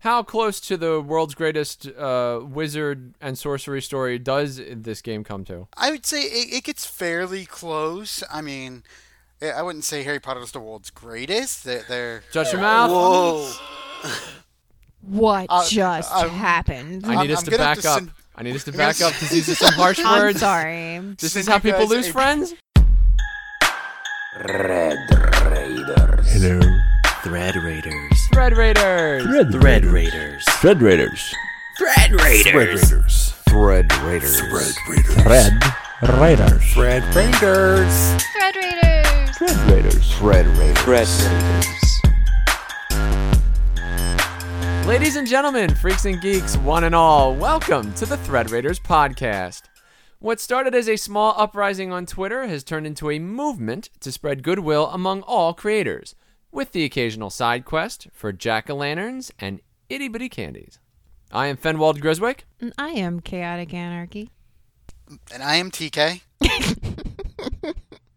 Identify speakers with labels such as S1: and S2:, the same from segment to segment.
S1: how close to the world's greatest uh, wizard and sorcery story does this game come to?
S2: I would say it, it gets fairly close. I mean, eh, I I wouldn't say Harry Potter is the world's greatest. They're, they're
S1: Shut your mouth.
S2: whoa.
S3: What
S2: Uh,
S3: just
S2: uh,
S3: happened?
S1: um, I need
S2: I'm-
S1: us
S2: I'm
S1: to
S2: gonna
S1: back
S2: have to
S1: up.
S2: send-
S1: I need us to
S2: I'm gonna
S1: back up
S2: s-
S1: because these are some harsh
S3: I'm
S1: words.
S3: sorry.
S1: This
S2: Send
S1: is how
S2: you
S1: people
S2: guys
S1: lose
S2: a-
S1: friends.
S4: Hello.
S5: Thread Raiders.
S1: Red Raiders.
S5: Thread Raiders.
S4: Thread Raiders.
S5: Thread Raiders.
S4: Raiders. Thread Raiders. Thread Raiders.
S6: Red Raiders.
S4: Thread Raiders.
S3: Thread Raiders.
S4: Thread Raiders. Thread Raiders.
S5: Thread Raiders.
S1: Ladies and gentlemen, freaks and geeks, one and all, welcome to the Thread Raiders podcast. What started as a small uprising on Twitter has turned into a movement to spread goodwill among all creators, with the occasional side quest for jack o' lanterns and itty bitty candies. I am Fenwald Griswick.
S3: And I am chaotic anarchy.
S2: And I am TK.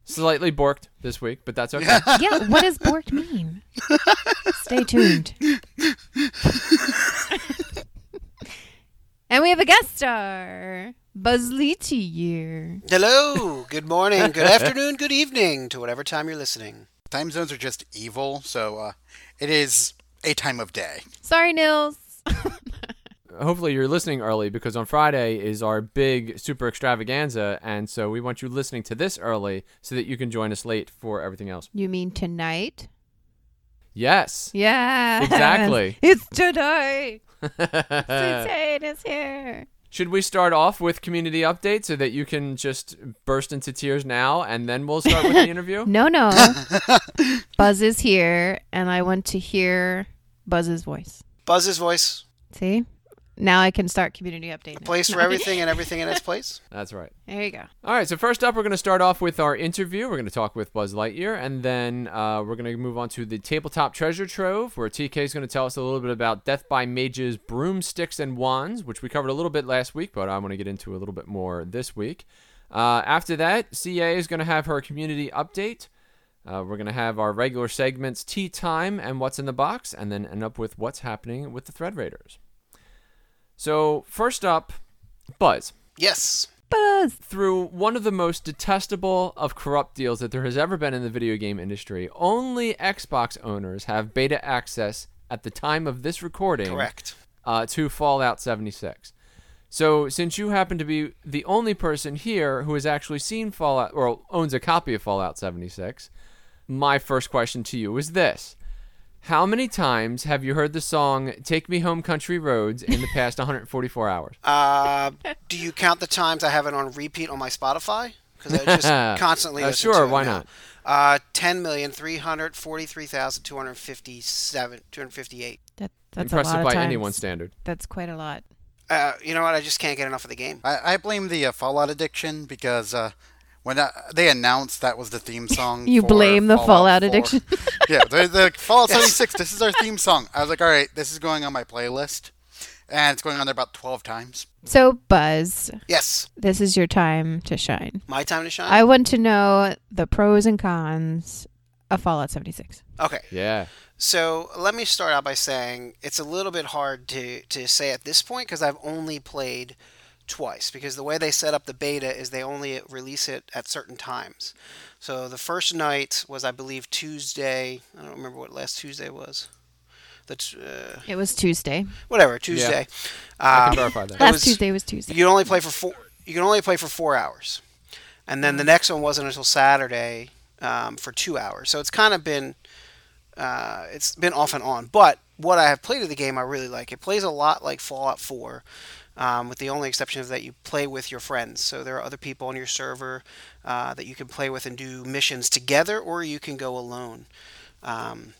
S1: Slightly borked this week, but that's okay.
S3: Yeah, what does borked mean? Stay tuned. and we have a guest star, Buzz Lightyear.
S7: Hello, good morning, good afternoon, good evening to whatever time you're listening.
S2: Time zones are just evil, so uh, it is a time of day.
S3: Sorry, Nils.
S1: Hopefully, you're listening early because on Friday is our big super extravaganza, and so we want you listening to this early so that you can join us late for everything else.
S3: You mean tonight?
S1: Yes.
S3: Yeah.
S1: Exactly. Uh,
S3: It's tonight. Sweet is here.
S1: Should we start off with community update so that you can just burst into tears now and then we'll start with the interview?
S3: No, no. Buzz is here, and I want to hear Buzz's voice.
S7: Buzz's voice,
S3: See? Now I can start community update.
S7: a place for everything and everything in its place.
S1: That's right.
S3: There you go.
S1: All right, so first up, we're going to start off with our interview. We're going to talk with Buzz Lightyear, and then uh, we're going to move on to the tabletop treasure trove, where TK is going to tell us a little bit about Death by Mages, broomsticks, and wands, which we covered a little bit last week, but I want to get into a little bit more this week. Uh, after that, CA is going to have her community update. Uh, we're going to have our regular segments, Tea Time and What's in the Box, and then end up with What's Happening with the Thread Raiders. So, first up, Buzz
S7: Yes.
S3: Buzz.
S1: through one of the most detestable of corrupt deals that there has ever been in the video game industry. Only Xbox owners have beta access at the time of this recording
S7: Correct.
S1: uh, to Fallout 76. So, since you happen to be the only person here who has actually seen Fallout or owns a copy of Fallout 76, my first question to you is this. How many times have you heard the song Take Me Home Country Roads in the past 144 hours?
S7: Uh, do you count the times I have it on repeat on my Spotify? Because I just constantly
S1: Uh,
S7: listen
S1: sure,
S7: to it
S1: why
S7: now.
S1: not?
S7: Uh, ten million three hundred forty-three thousand two hundred fifty-seven, two hundred fifty-eight.
S3: That, that's
S1: Impressive
S3: a lot of
S1: by
S3: times.
S1: anyone's standard.
S3: That's quite a lot.
S7: Uh, you know what? I just can't get enough of the game.
S2: I, I blame the uh, Fallout addiction because uh, when uh they announced that was the theme song,
S3: You
S2: for
S3: blame the Fallout
S2: 4.
S3: addiction?
S2: yeah, the, the Fallout 76. This is our theme song. I was like, all right, this is going on my playlist, and it's going on there about 12 times.
S3: So, Buzz,
S7: Yes,
S3: this is your time to shine.
S7: my time to shine.
S3: I want to know the pros and cons of Fallout 76.
S7: okay.
S1: Yeah.
S7: So let me start out by saying it's a little bit hard to, to say at this point because I've only played twice because the way they set up the beta is they only release it at certain times. So the first night was I believe Tuesday. I don't remember what last Tuesday was. That's uh,
S3: It was Tuesday.
S7: whatever Tuesday.
S1: I
S7: Um,
S1: can verify that.
S3: Last
S7: was-
S3: Tuesday was Tuesday.
S7: you can only play for four. You can only play for four hours, and then the next one wasn't until Saturday um, for two hours. So it's kind of been uh, it's been off and on. But what I have played of the game, I really like. It plays a lot like Fallout Four, um, with the only exception of that you play with your friends. So there are other people on your server uh, that you can play with and do missions together, or you can go alone. Um,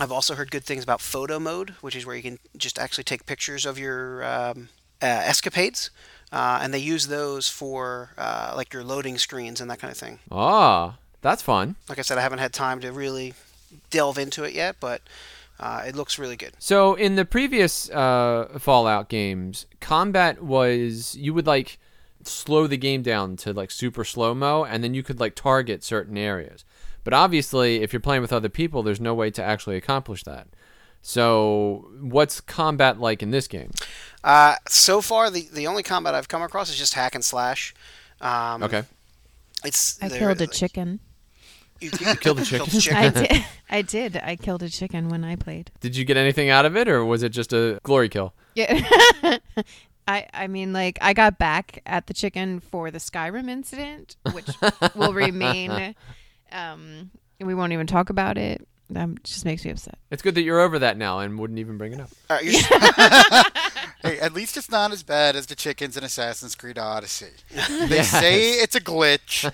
S7: I've also heard good things about photo mode, which is where you can just actually take pictures of your um, uh, escapades, uh, and they use those for uh, like your loading screens and that kind of thing.
S1: Ah, that's fun.
S7: Like I said, I haven't had time to really delve into it yet, but uh, it looks really good.
S1: So in the previous uh, Fallout games, combat was you would like slow the game down to like super slow mo, and then you could like target certain areas. But obviously, if you're playing with other people, there's no way to actually accomplish that. So, what's combat like in this game?
S7: Uh, so far, the, the only combat I've come across is just hack and slash. Um,
S1: Okay.
S7: It's
S3: I
S7: there-
S3: killed a chicken.
S7: You, you
S1: killed a chicken.
S3: I did. I did. I killed a chicken when I played.
S1: Did you get anything out of it, or was it just a glory kill?
S3: Yeah. I, I mean, like, I got back at the chicken for the Skyrim incident, which will remain. Um, we won't even talk about it. That just makes me upset.
S1: It's good that you're over that now and wouldn't even bring it up.
S7: All right, you're just-
S2: Hey, at least it's not as bad as the chickens in Assassin's Creed Odyssey. They say it's a glitch,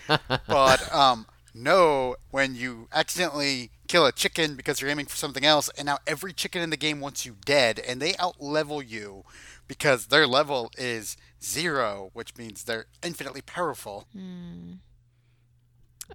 S2: but um, no, when you accidentally kill a chicken because you're aiming for something else, and now every chicken in the game wants you dead, and they outlevel you because their level is zero, which means they're infinitely powerful.
S3: Mm.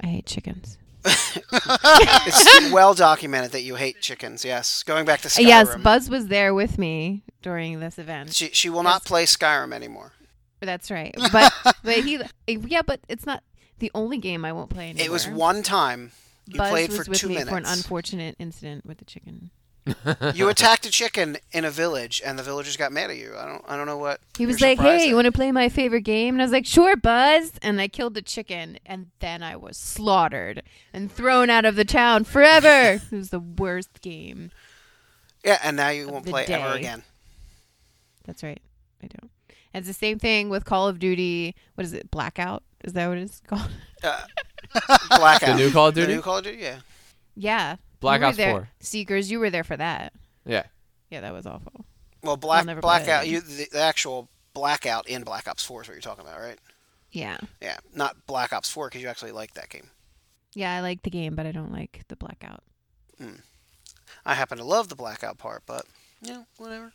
S3: I hate chickens.
S7: it's well documented that you hate chickens. Yes, going back to Skyrim.
S3: Yes, Buzz was there with me during this event.
S7: she she will not play Skyrim anymore.
S3: That's right. But but he eh, yeah, but it's not the only game I won't play anymore.
S7: It was one time you
S3: Buzz
S7: played
S3: was
S7: for
S3: with
S7: two
S3: me
S7: minutes.
S3: for an unfortunate incident with the chicken.
S7: you attacked a chicken in a village, and the villagers got mad at you. I don't I don't know what
S3: He was
S7: you're
S3: like,
S7: surprised
S3: "Hey,
S7: at."
S3: you want to play my favorite game?" And I was like, "Sure, Buzz." And I killed the chicken, and then I was slaughtered and thrown out of the town forever. it was the worst game.
S7: yeah, and now you won't
S3: the
S7: play ever
S3: day.
S7: again.
S3: That's right. I don't. And it's the same thing with Call of Duty. What is it? Blackout? Is that what it's called?
S7: Uh, Blackout.
S1: The new Call of
S7: The
S1: Duty?
S7: new Call of Duty. Yeah.
S3: yeah.
S1: Black
S3: You were
S1: Ops
S3: there-
S1: 4.
S3: Seekers, you were there for that.
S1: Yeah.
S3: Yeah, that was awful.
S7: Well, black
S3: never play it
S7: blackout.
S3: again.
S7: You the, the actual blackout in Black Ops Four is what you're talking about, right?
S3: Yeah.
S7: Yeah, not Black Ops Four because you actually like that game.
S3: Yeah, I like the game, but I don't like the blackout.
S7: I happen to love the blackout part, but you know, whatever.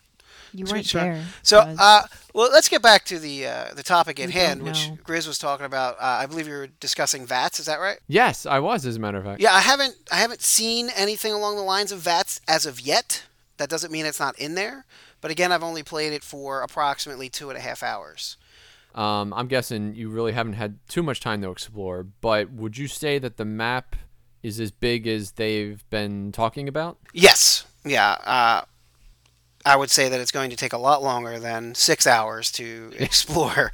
S3: You
S7: Sweet
S3: weren't
S7: shot.
S3: there.
S7: So,
S3: Buzz.
S7: uh, well, let's get back to the uh, the topic at
S3: We
S7: hand,
S3: don't
S7: which
S3: know.
S7: Grizz was talking about. Uh, I believe you were discussing VATS. Is that right?
S1: Yes, I was, as a matter of fact.
S7: Yeah, I haven't I haven't seen anything along the lines of VATS as of yet. That doesn't mean it's not in there. But again, I've only played it for approximately two and a half hours.
S1: Um, I'm guessing you really haven't had too much time to explore, but would you say that the map is as big as they've been talking about?
S7: Yes. Yeah. Uh, I would say that it's going to take a lot longer than six hours to explore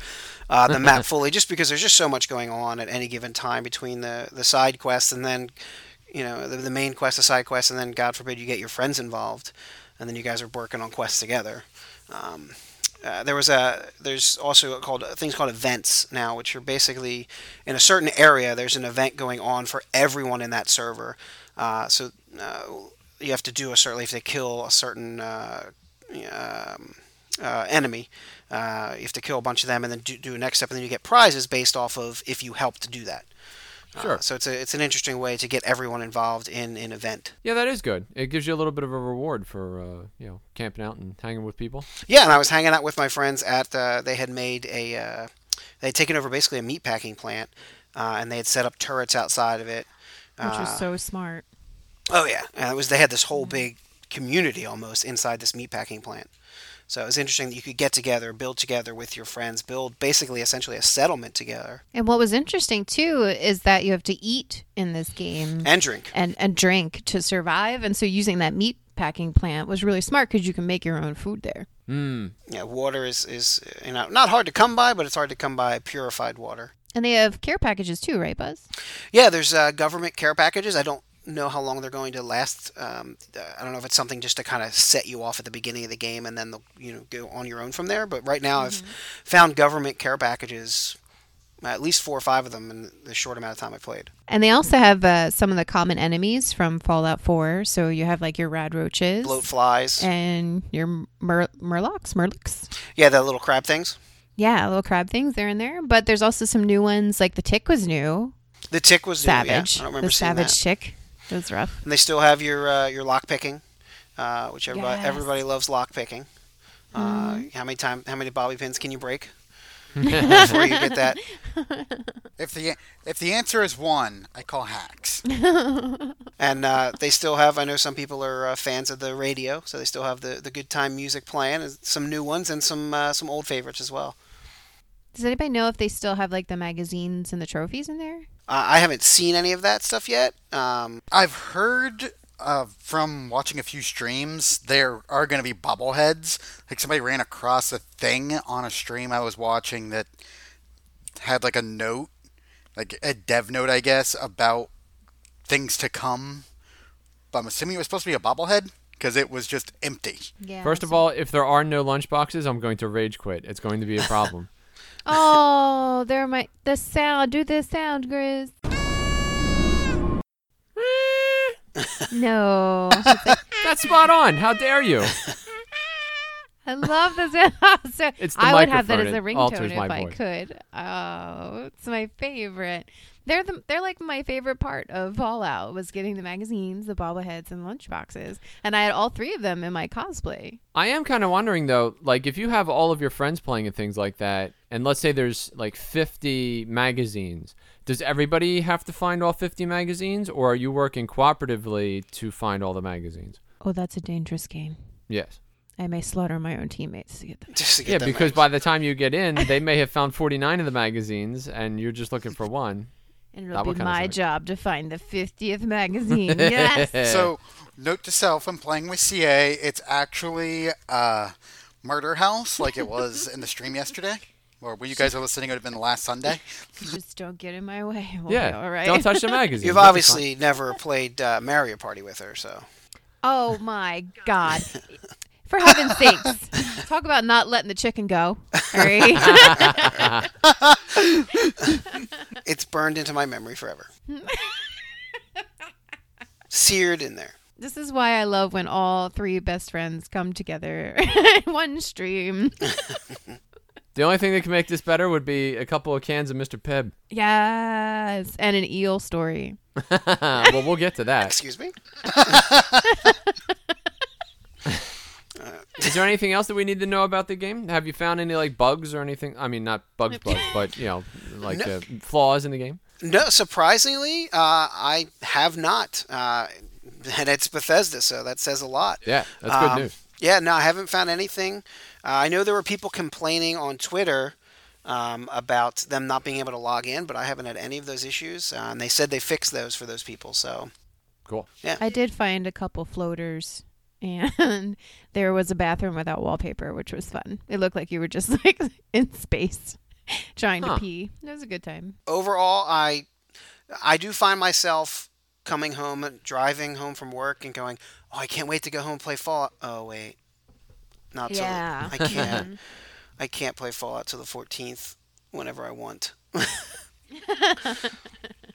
S7: uh, the map fully, just because there's just so much going on at any given time between the, the side quests and then, you know, the, the main quest, the side quest, and then, God forbid, you get your friends involved, and then you guys are working on quests together. Um, uh, there was a there's also called things called events now, which are basically in a certain area. There's an event going on for everyone in that server. Uh, so uh, you have to do a certain if they kill a certain uh, um, uh, enemy. Uh, you have to kill a bunch of them and then do, do a next step, and then you get prizes based off of if you help to do that. Uh,
S1: Sure.
S7: so it's a, it's an interesting way to get everyone involved in an event.
S1: Yeah, that is good. It gives you a little bit of a reward for uh, you know camping out and hanging with people.
S7: Yeah, and I was hanging out with my friends at. Uh, they had made a. Uh, they had taken over basically a meat packing plant, uh, and they had set up turrets outside of it.
S3: Which
S7: uh,
S3: was so Mm-hmm. smart.
S7: Oh yeah, and it was they had this whole big community almost inside this meatpacking plant. So it was interesting that you could get together, build together with your friends, build basically essentially a settlement together
S3: And what was interesting too is that you have to eat in this game
S7: and drink.
S3: and, and drink to survive. And so using that meat packing plant was really smart because you can make your own food there.
S1: Hmm.
S7: Yeah, water is is you know not hard to come by, but it's hard to come by purified water.
S3: And they have care packages too, right, Buzz?
S7: Yeah, there's uh, government care packages. I don't know how long they're going to last. Um, uh, I don't know if it's something just to kind of set you off at the beginning of the game and then the, you know go on your own from there. But right now, I've
S3: Mm-hmm.
S7: found government care packages, at least four or five of them in the short amount of time I played.
S3: And they also have uh, some of the common enemies from Fallout 4. So you have like your rad roaches
S7: Bloat flies.
S3: and your mur- murlocs, murlocs.
S7: yeah, the little crab things.
S3: Yeah, little crab things. They're in there, but there's also some new ones. Like the tick was new.
S7: The tick was new, yeah.
S3: Savage.
S7: I don't remember
S3: the
S7: seeing
S3: savage
S7: that.
S3: tick. It was rough.
S7: And they still have your uh, your lock picking, uh, which everybody,
S3: Yes. Mm-hmm.
S7: everybody loves lock picking. Uh, How many time? How many bobby pins can you break before you get that?
S2: If the if the answer is one, I call hacks.
S7: And uh, they still have. I know some people are uh, fans of the radio, so they still have the, the good time music playing, and some new ones and some uh, some old favorites as well.
S3: Does anybody know if they still have like the magazines and the trophies in there?
S7: Uh, I haven't seen any of that stuff yet. Um,
S2: I've heard uh, from watching a few streams, there are going to be bobbleheads. Like somebody ran across a thing on a stream I was watching that had like a note, like a dev note, I guess, about things to come. But I'm assuming it was supposed to be a bobblehead because it was just empty.
S3: Yeah.
S1: First of all, if there are no lunch boxes, I'm going to rage quit. It's going to be a problem.
S3: oh, there my the sound. Do the sound, Grizz. no,
S1: That's spot on. How dare you?
S3: I love the sound. so
S1: It's the
S3: I would have that
S1: microphone.
S3: as a
S1: It alters
S3: ringtone if
S1: my
S3: I
S1: voice.
S3: could. Oh, it's my favorite. They're the, they're like my favorite part of Fallout was getting the magazines, the bobbleheads, and lunchboxes, and I had all three of them in my cosplay.
S1: I am kind of wondering though, like if you have all of your friends playing and things like that, and let's say there's like 50 magazines, does everybody have to find all 50 magazines, or are you working cooperatively to find all the magazines?
S3: Oh, that's a dangerous game.
S1: Yes.
S3: I may slaughter my own teammates to get them.
S7: Just to get
S1: Yeah,
S7: that
S1: because
S7: match.
S1: by the time you get in, they may have found 49 of the magazines, and you're just looking for one.
S3: And
S1: That
S3: it'll
S1: would
S3: be
S1: kinda
S3: my
S1: suck.
S3: job to find the 50th magazine. yes.
S2: So, note to self: when playing with CA, it's actually uh, Murder House, like it was in the stream yesterday, or when you guys are listening, it would have been last Sunday.
S3: Just don't get in my way. We'll
S1: yeah,
S3: be all right.
S1: don't touch the magazines.
S7: You've
S1: That's fine.
S7: obviously never played uh, Mario Party with her, so
S3: Oh my God. For heaven's sakes. Talk about not letting the chicken go. All right.
S7: it's burned into my memory forever. Seared in there.
S3: this is why I love when all three best friends come together in one stream.
S1: the only thing that can make this better would be a couple of cans of Mr. Pibb.
S3: Yes. And an eel story.
S1: well, we'll get to that.
S7: Excuse me.
S1: Is there anything else that we need to know about the game? Have you found any like bugs or anything? I mean, not bugs, bugs, but you know, like uh, flaws in the game.
S7: No, surprisingly, uh, I have not, uh, and it's Bethesda, so that says a lot.
S1: Yeah, that's
S7: Um,
S1: good news.
S7: Yeah, no, I haven't found anything. Uh, I know there were people complaining on Twitter um, about them not being able to log in, but I haven't had any of those issues. Uh, and they said they fixed those for those people. So
S1: Cool.
S3: I did find a couple floaters and there was a bathroom without wallpaper, which was fun. It looked like you were just like in space trying
S1: Huh.
S3: to pee. It was a good time.
S7: overall, I I do find myself coming home, driving home from work, and going, "Oh, I can't wait to go home and play Fallout." Oh wait, not till
S3: Yeah.
S7: I can't. I can't play Fallout till the 14th, whenever I want. but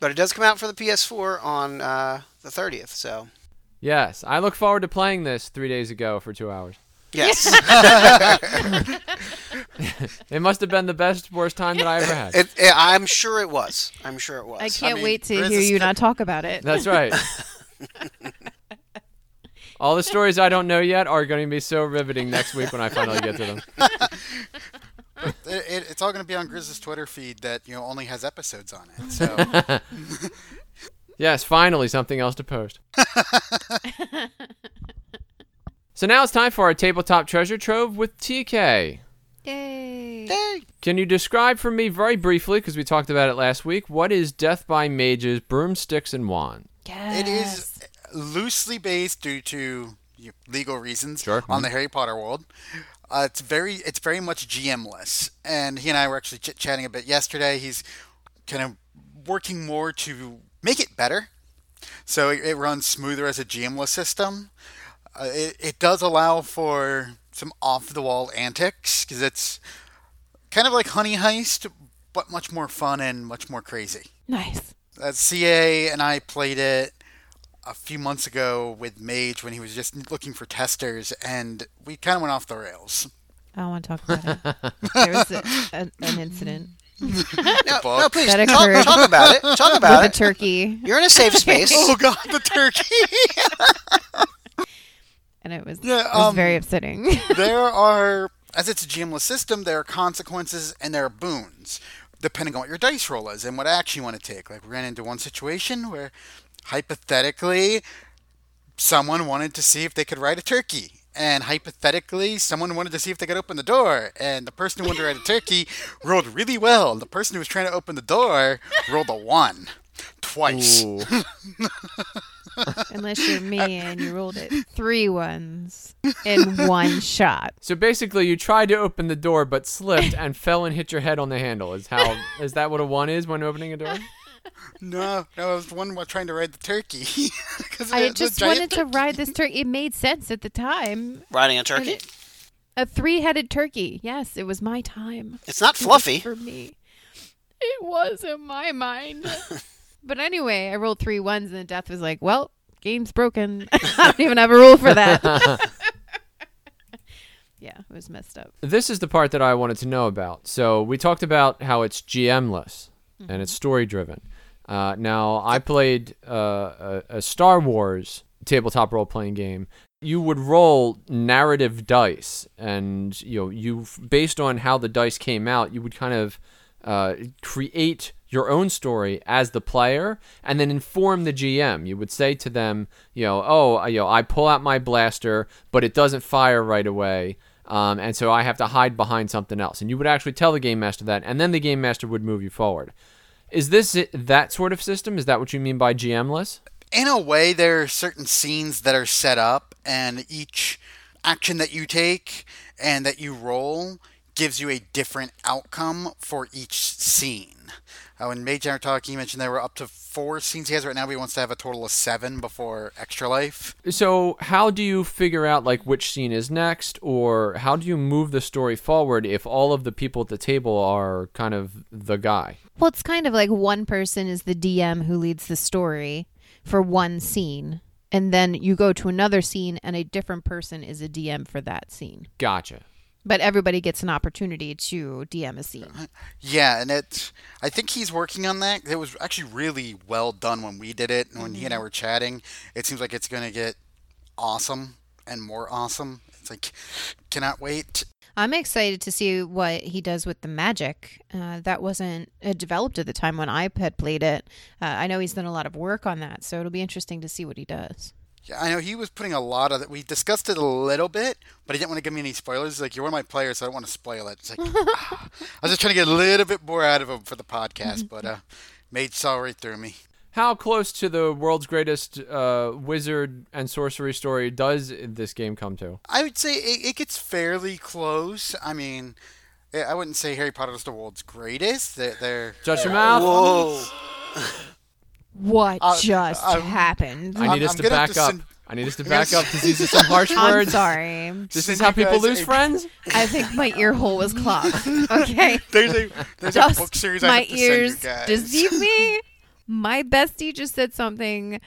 S7: it does come out for the PS4 on uh, the 30th, so
S1: Yes, I look forward to playing this three days ago for two hours.
S7: yes,
S1: It must have been the best worst time that I ever had.
S7: it, it- I'm sure it was. I'm sure it was.
S3: I can't
S2: mean,
S3: wait to
S2: Grizz
S3: hear
S2: is
S3: you
S2: still-
S3: not talk about it.
S1: That's right. All the stories I don't know yet are going to be so riveting next week when I finally get to them.
S2: It, it, it's all going to be on Grizz's Twitter feed that you know only has episodes on it. So
S1: Yes, finally something else to post. so now it's time for our tabletop treasure trove with TK.
S3: Yay.
S7: eh,
S1: Can you describe for me very briefly, because we talked about it last week, what is Death by Mages, Broomsticks, and Wand?
S2: it is loosely based due to you know, legal reasons
S1: Sure.
S2: on the Harry Potter world. Uh, it's very it's very much GMless, and he and I were actually chit chatting a bit yesterday. He's kind of working more to make it better, so it, it runs smoother as a GMless system. Uh, it, it does allow for some off the wall antics because it's kind of like Honey Heist, but much more fun and much more crazy.
S3: Nice.
S2: Uh, CA and I played it a few months ago with Mage when he was just looking for testers, and we kind of went off the rails.
S3: I don't want to talk about it. there was a, a, an incident
S7: no,
S2: Fuck.
S7: no, please
S3: That
S7: talk,
S3: occurred.
S7: talk about it. Talk about
S3: with a
S7: it.
S3: turkey,
S7: You're in a safe space.
S2: Oh God, the turkey!
S3: and it was,
S2: Yeah,
S3: it was
S2: um,
S3: very upsetting.
S2: there are, as it's a GMless system, there are consequences and there are boons, depending on what your dice roll is and what action you want to take. Like we ran into one situation where, hypothetically, someone wanted to see if they could ride a turkey. And hypothetically, someone wanted to see if they could open the door. And the person who wanted to ride a turkey rolled really well. And the person who was trying to open the door rolled a one twice.
S3: Unless you're me and you rolled it three ones in one shot.
S1: So basically, you tried to open the door but slipped and fell and hit your head on the handle. Is how is that what a one is when opening a door?
S2: No, no, it was the one while trying to ride the turkey. 'Cause
S3: I
S2: it's a
S3: just
S2: giant
S3: wanted to ride this turkey. It made sense at the time.
S7: Riding a turkey.
S3: A three headed turkey. Yes, it was my time.
S7: It's not fluffy.
S3: For me. It was in my mind. but anyway, I rolled three ones and the death was like, well, game's broken. I don't even have a rule for that. yeah, it was messed up.
S1: This is the part that I wanted to know about. So we talked about how it's GM-less and it's story-driven. Uh, now I played uh, a, a Star Wars tabletop role-playing game. You would roll narrative dice, and you know you based on how the dice came out, you would kind of uh, create your own story as the player and then inform the GM. You would say to them, you know, oh, I- you know, I pull out my blaster, but it doesn't fire right away. Um, and so I have to hide behind something else. And you would actually tell the game master that, and then the game master would move you forward. Is this it, that sort of system? Is that what you mean by GMless?
S2: in a way, there are certain scenes that are set up, and each action that you take and that you roll gives you a different outcome for each scene. Uh, when Mage and I were talking, he mentioned there were up to four scenes he has right now, but he wants to have a total of seven before Extra Life.
S1: So how do you figure out like which scene is next, or how do you move the story forward if all of the people at the table are kind of the guy?
S3: Well, it's kind of like one person is the DM who leads the story for one scene, and then you go to another scene, and a different person is a DM for that scene.
S1: Gotcha.
S3: But everybody gets an opportunity to DM a scene.
S2: Yeah, and it, I think he's working on that. It was actually really well done when we did it, and when he and I were chatting, it seems like it's going to get awesome and more awesome. It's like, cannot wait.
S3: I'm excited to see what he does with the magic. Uh, that wasn't uh, developed at the time when I had played it. Uh, I know he's done a lot of work on that, so it'll be interesting to see what he does.
S2: Yeah, I know he was putting a lot of it. We discussed it a little bit, but he didn't want to give me any spoilers. He's like, you're one of my players, so I don't want to spoil it. It's like, ah. I was just trying to get a little bit more out of him for the podcast, but uh, Mage saw right through me.
S1: How close to the world's greatest uh, wizard and sorcery story does this game come to?
S2: I would say it, it gets fairly close. I mean, I I wouldn't say Harry Potter is the world's greatest. They're, they're
S1: Shut your mouth.
S7: Whoa.
S3: What
S2: Uh,
S3: just
S2: uh,
S3: happened?
S1: I need
S2: I'm-
S1: us
S2: I'm
S1: to
S2: gonna have
S1: back
S2: to
S1: up.
S2: send-
S1: I need us to
S2: I'm gonna
S1: back up
S2: s-
S1: because these are some harsh
S3: I'm
S1: words.
S3: sorry.
S1: This
S2: Send
S1: is how
S2: you
S1: people
S2: guys
S1: lose
S2: a-
S1: friends.
S3: I think my ear hole was clogged. Okay.
S2: there's a there's
S3: Just
S2: a book series I
S3: my
S2: have to
S3: ears
S2: send you guys.
S3: deceive me. My bestie just said something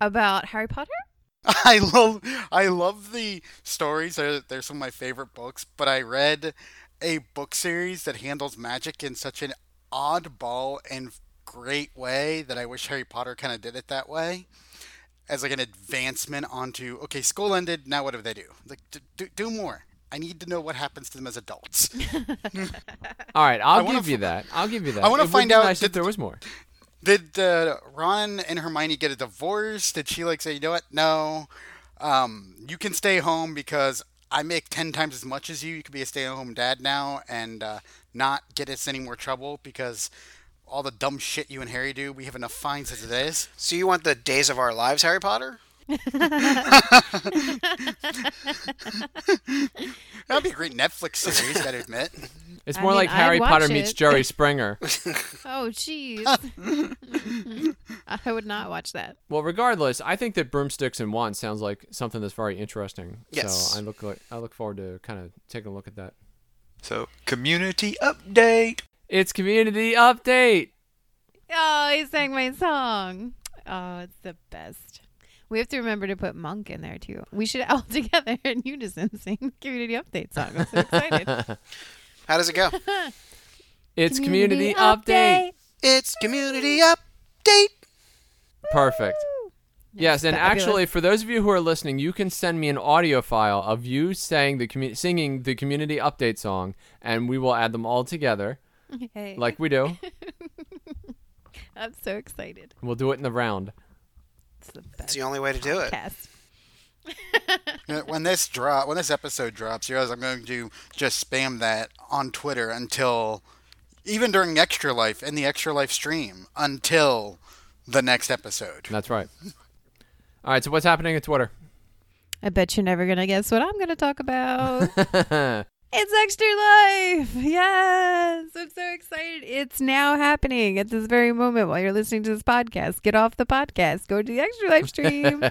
S3: about Harry Potter.
S2: I love I love the stories. They're, they're some of my favorite books. But I read a book series that handles magic in such an oddball and great way that I wish Harry Potter kind of did it that way, as like an advancement onto okay, school ended. Now what do they do? Like d- do, do more. I need to know what happens to them as adults.
S1: All right, I'll
S2: wanna
S1: give you
S2: f-
S1: that. I'll give you that.
S2: I wanna
S1: It would
S2: find
S1: be
S2: out
S1: nice if
S2: that-
S1: there was more.
S2: Did uh, Ron and Hermione get a divorce? Did she like say, you know what? No, um, you can stay home because I make ten times as much as you. You could be a stay-at-home dad now and uh, not get us any more trouble because all the dumb shit you and Harry do, we have enough fines as it is.
S7: So you want the Days of Our Lives Harry Potter?
S2: That'd be a great Netflix series, gotta admit.
S1: It's
S3: I
S1: more
S3: mean,
S1: like
S3: I'd
S1: Harry
S3: watch
S1: Potter meets
S3: it.
S1: Jerry Springer.
S3: Oh, jeez. Uh, I would not watch that.
S1: well, regardless, I think that broomsticks and wands sounds like something that's very interesting.
S7: Yes.
S1: So I look like I look forward to kind of taking a look at that.
S8: So, community update.
S1: It's community update.
S3: Oh, he sang my song. Oh, it's the best. We have to remember to put Monk in there too. We should all together in unison sing the community update song. I'm so excited.
S7: How does it go?
S1: It's community, update.
S7: it's community update.
S1: Perfect. Yes, and
S3: fabulous.
S1: actually, for those of you who are listening, you can send me an audio file of you saying the commu- singing the community update song, and we will add them all together
S3: Hey,
S1: like we do.
S3: I'm so excited.
S1: we'll do it in the round.
S3: It's the
S7: It's
S3: best
S7: the only way to do it.
S3: cast.
S2: You know, When this drop, when this episode drops, you realize I'm going to just spam that on Twitter until, even during Extra Life and the Extra Life stream, until the next episode.
S1: That's right. All right, so what's happening at Twitter?
S3: I bet you're never gonna guess what I'm gonna talk about. It's Extra Life! Yes! I'm so excited. It's now happening at this very moment while you're listening to this podcast. Get off the podcast. Go to the Extra Life stream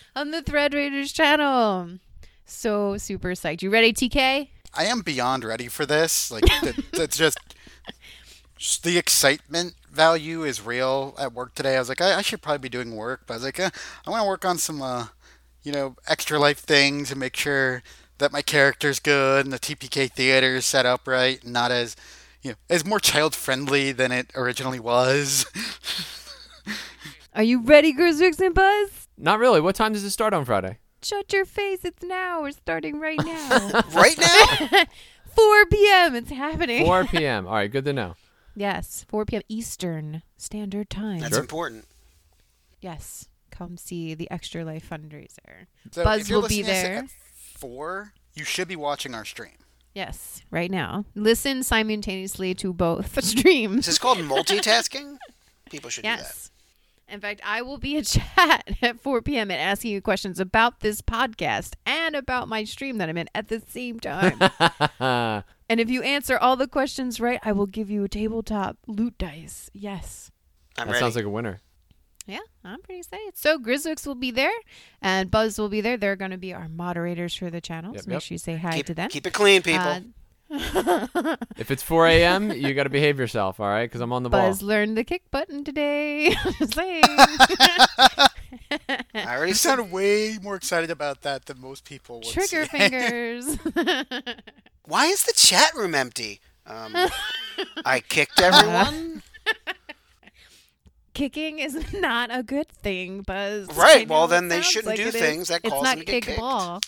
S3: on the Thread Raiders channel. So super psyched. You ready, TK?
S2: I am beyond ready for this. Like the, that's just just the excitement value is real. At work today, I was like, I, I should probably be doing work, but I was like, eh, I want to work on some, uh, you know, extra life things and make sure that my character's good and the TPK theater is set up right and not as, you know, as more child friendly than it originally was.
S3: Are you ready, Girls, Ricks, and Buzz?
S1: Not really. What time does it start on Friday?
S3: Shut your face. It's now. We're starting right now.
S7: Right now?
S3: 4 p.m. It's happening.
S1: 4 p.m. All right, good to know.
S3: Yes, 4 p.m. Eastern Standard Time.
S7: That's important.
S3: Yes. Come see the Extra Life fundraiser.
S2: So
S3: Buzz
S2: if you're
S3: will be
S2: listening to this
S3: there.
S2: at four, you should be watching our stream.
S3: Yes, right now. Listen simultaneously to both streams.
S7: Is this called multitasking? People should do that.
S3: yes. In fact, I will be in chat at 4 p.m. and asking you questions about this podcast and about my stream that I'm in at the same time. and if you answer all the questions right, I will give you a tabletop loot dice. Yes.
S7: I'm
S1: that
S7: ready.
S1: sounds like a winner.
S3: Yeah, I'm pretty excited. So Grizzlix will be there, and Buzz will be there. They're going to be our moderators for the channel.
S1: Yep,
S3: so make
S1: yep.
S3: sure you say hi
S7: keep,
S3: to them.
S7: keep it clean, people.
S3: Uh,
S1: If it's 4 a.m., you got to behave yourself, all right? Because I'm on the
S3: Buzz
S1: ball.
S3: learned the kick button today. Just saying.
S7: I already
S2: You
S7: said
S2: sounded way more excited about that than most people would.
S3: Trigger fingers.
S7: Why is the chat room empty? Um, I kicked
S3: Uh-huh.
S7: everyone.
S3: Kicking is not a good thing, Buzz.
S7: Right,
S3: I know
S7: well,
S3: it
S7: then they
S3: sounds
S7: shouldn't
S3: like
S7: do
S3: it is.
S7: things that
S3: it's
S7: cause
S3: not
S7: them to get
S3: kick
S7: kicked.
S3: ball.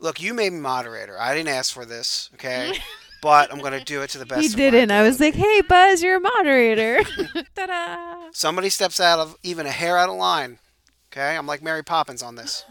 S7: Look, you made me moderator. I didn't ask for this, okay? but I'm going to do it to the best.
S3: He
S7: of my
S3: didn't. I was
S7: ability.
S3: like, "Hey, Buzz, you're a moderator." Ta-da!
S7: Somebody steps out of even a hair out of line. Okay, I'm like Mary Poppins on this.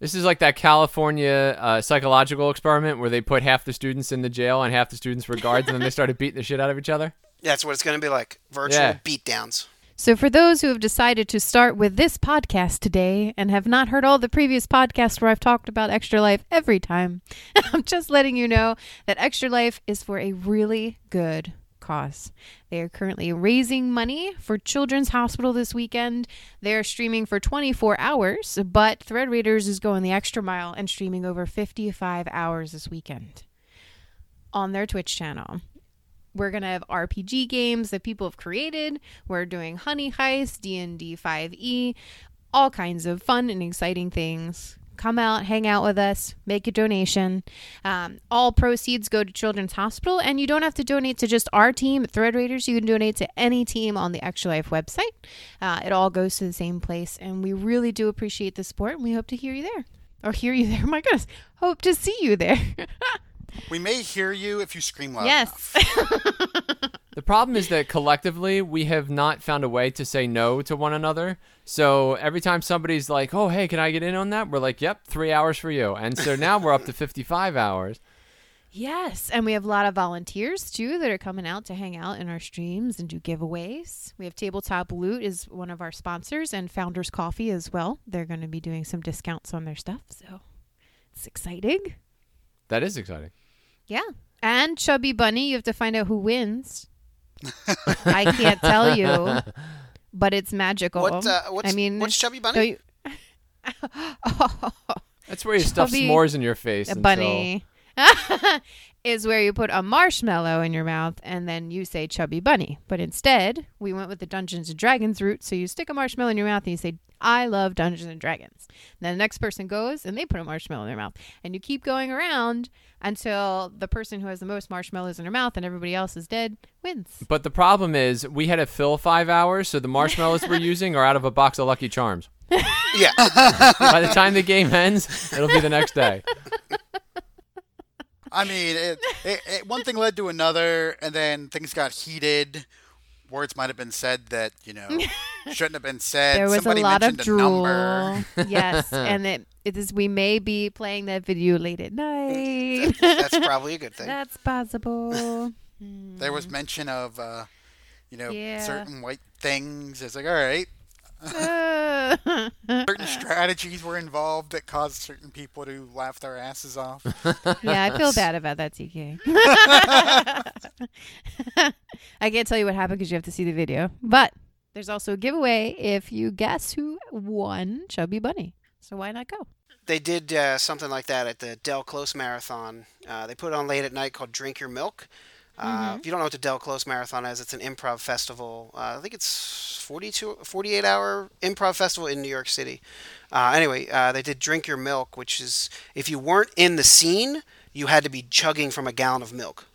S1: This is like that California uh, psychological experiment where they put half the students in the jail and half the students were guards, and then they started beating the shit out of each other.
S7: That's what it's going to be like. Virtual
S1: Yeah.
S7: beatdowns.
S3: So, for those who have decided to start with this podcast today and have not heard all the previous podcasts where I've talked about Extra Life every time, I'm just letting you know that Extra Life is for a really good cause. They are currently raising money for Children's Hospital this weekend. They are streaming for 24 hours, but Threadreaders is going the extra mile and streaming over 55 hours this weekend on their Twitch channel. We're going to have RPG games that people have created. We're doing Honey Heist, D&D 5e, E, all kinds of fun and exciting things. Come out, hang out with us, make a donation. Um, all proceeds go to Children's Hospital, and you don't have to donate to just our team at Thread Raiders. You can donate to any team on the Extra Life website. Uh, it all goes to the same place, and we really do appreciate the support, and we hope to hear you there. Or hear you there. My goodness. Hope to see you there.
S2: We may hear you if you scream loud enough.
S3: yes.
S1: The problem is that collectively we have not found a way to say no to one another. So every time somebody's like, "Oh, hey, can I get in on that?" We're like, "Yep, 3 hours for you." And so now we're up to 55 hours.
S3: Yes, and we have a lot of volunteers too that are coming out to hang out in our streams and do giveaways. We have Tabletop Loot is one of our sponsors and Founders Coffee as well. They're going to be doing some discounts on their stuff, so it's exciting.
S1: That is exciting.
S3: Yeah. And Chubby Bunny, you have to find out who wins. I can't tell you, but it's magical.
S7: What? Uh, what's,
S3: I mean,
S7: what's Chubby Bunny?
S3: don't you- Oh,
S1: That's where you stuff
S3: Chubby-
S1: s'mores in your face.
S3: a
S1: until-
S3: bunny is where you put a marshmallow in your mouth and then you say chubby bunny. But instead, we went with the Dungeons and Dragons route. So you stick a marshmallow in your mouth and you say, I love Dungeons and Dragons. then the next person goes and they put a marshmallow in their mouth. And you keep going around until the person who has the most marshmallows in their mouth and everybody else is dead wins.
S1: But the problem is we had to fill 5 hours, so the marshmallows we're using are out of a box of Lucky Charms.
S7: yeah.
S1: By the time the game ends, it'll be the next day.
S2: I mean, it, it, it, one thing led to another, and then things got heated. Words might have been said that you know shouldn't have been said.
S3: There was
S2: Somebody
S3: a lot of
S2: mentioned a
S3: drool.
S2: number.
S3: yes, and it, it is. We may be playing that video late at night.
S7: That's probably a good thing.
S3: That's possible.
S2: There was mention of uh, you know
S3: Yeah.
S2: certain white things. It's like, all right,
S3: Hmm. Uh,
S2: Certain strategies were involved that caused certain people to laugh their asses off.
S3: yeah, I feel bad about that, TK. I can't tell you what happened because you have to see the video. But there's also a giveaway if you guess who won Chubby Bunny. So why not go?
S7: They did uh, something like that at the Del Close Marathon. Uh, they put it on late at night called Drink Your Milk. Uh, If you don't know what the Del Close Marathon is, it's an improv festival. Uh, I think it's 42, 48 hour improv festival in New York City. Uh, anyway, uh, they did Drink Your Milk, which is if you weren't in the scene, you had to be chugging from a gallon of milk.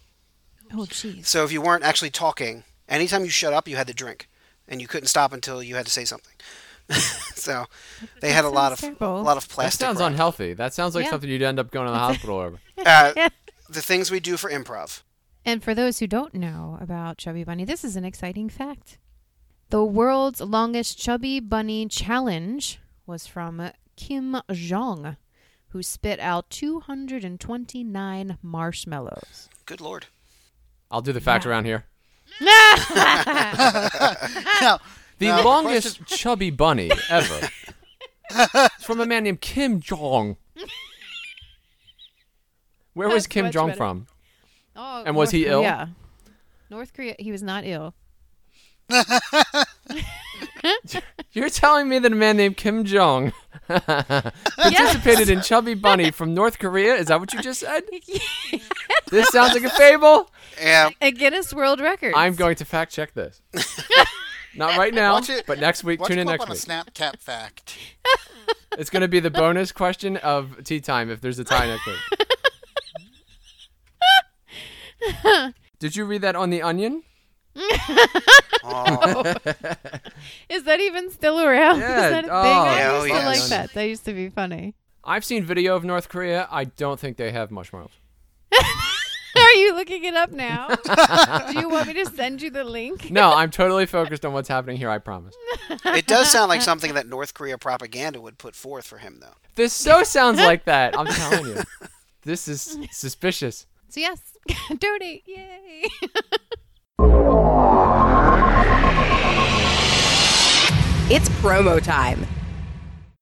S3: Oh, jeez.
S7: So if you weren't actually talking, anytime you shut up, you had to drink, and you couldn't stop until you had to say something. so they had a lot
S3: sounds
S7: of
S3: terrible.
S7: a lot of
S1: That
S7: plastic.
S1: sounds
S7: around.
S1: unhealthy. That sounds like
S3: Yeah.
S1: something you'd end up going to the hospital over.
S7: Uh, the things we do for improv.
S3: And for those who don't know about Chubby Bunny, this is an exciting fact. The world's longest Chubby Bunny challenge was from Kim Jong, who spit out 229 marshmallows.
S7: Good lord.
S1: I'll do the fact around here.
S2: now,
S1: The
S2: Now, the
S1: longest chubby bunny ever. It's from a man named Kim Jong. Where was
S3: That's
S1: Kim
S3: much
S1: Jong
S3: better.
S1: from?
S3: Oh,
S1: And was he ill?
S3: Yeah. North Korea, he was not ill.
S1: You're telling me that a man named Kim Jong participated in Chubby Bunny from North Korea? Is that what you just said? This sounds like a fable.
S7: Yeah,
S3: A Guinness World Record.
S1: I'm going to fact check this. Not right now,
S2: Watch it-
S1: but next week.
S2: watch
S1: Tune
S2: him
S1: in
S2: up
S1: next
S2: on a
S1: week.
S2: snap cap fact.
S1: It's going to be the bonus question of tea time if there's a tie next week. Did you read that on The Onion?
S3: Is that even still around?
S1: Yeah,
S3: Is that a thing?
S1: oh,
S7: yeah,
S3: I used
S7: oh,
S3: to
S7: yes.
S3: like that. That used to be funny.
S1: I've seen video of North Korea. I don't think they have marshmallows.
S3: Are you looking it up now? Do you want me to send you the link?
S1: No, I'm totally focused on what's happening here, I promise.
S7: it does sound like something that North Korea propaganda would put forth for him, though.
S1: This so sounds like that. I'm telling you. This is suspicious.
S3: So yes, donate. Yay.
S9: It's promo time.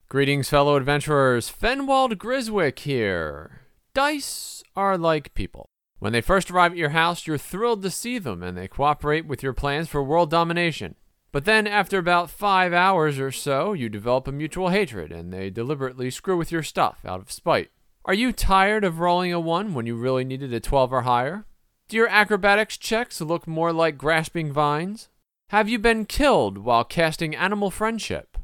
S1: Greetings, fellow adventurers. Fenwald Griswick here. Dice are like people. When they first arrive at your house, you're thrilled to see them and they cooperate with your plans for world domination. But then, after about five hours or so, you develop a mutual hatred and they deliberately screw with your stuff out of spite. Are you tired of rolling a 1 when you really needed a 12 or higher? Do your acrobatics checks look more like grasping vines? Have you been killed while casting animal friendship?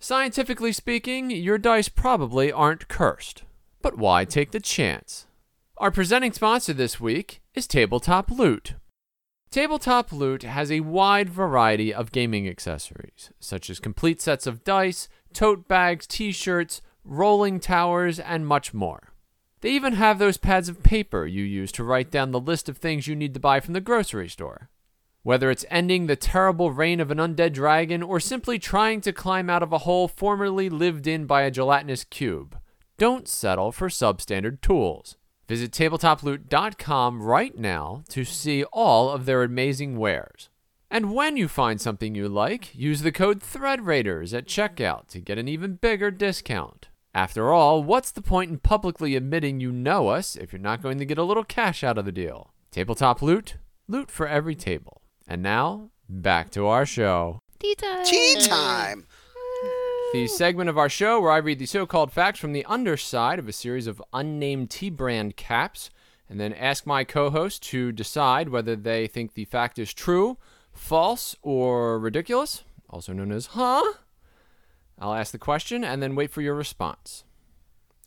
S1: Scientifically speaking, your dice probably aren't cursed. But why take the chance? Our presenting sponsor this week is Tabletop Loot. Tabletop Loot has a wide variety of gaming accessories, such as complete sets of dice, tote bags, t shirts, rolling towers, and much more. They even have those pads of paper you use to write down the list of things you need to buy from the grocery store. Whether it's ending the terrible reign of an undead dragon or simply trying to climb out of a hole formerly lived in by a gelatinous cube, don't settle for substandard tools. Visit tabletoploot.com right now to see all of their amazing wares. And when you find something you like, use the code ThreadRaiders at checkout to get an even bigger discount. After all, what's the point in publicly admitting you know us if you're not going to get a little cash out of the deal? Tabletop loot, loot for every table. And now, back to our show.
S3: Tea time.
S7: Tea time.
S1: The segment of our show where I read the so called facts from the underside of a series of unnamed tea brand caps and then ask my co host to decide whether they think the fact is true, false, or ridiculous, also known as huh. I'll ask the question and then wait for your response.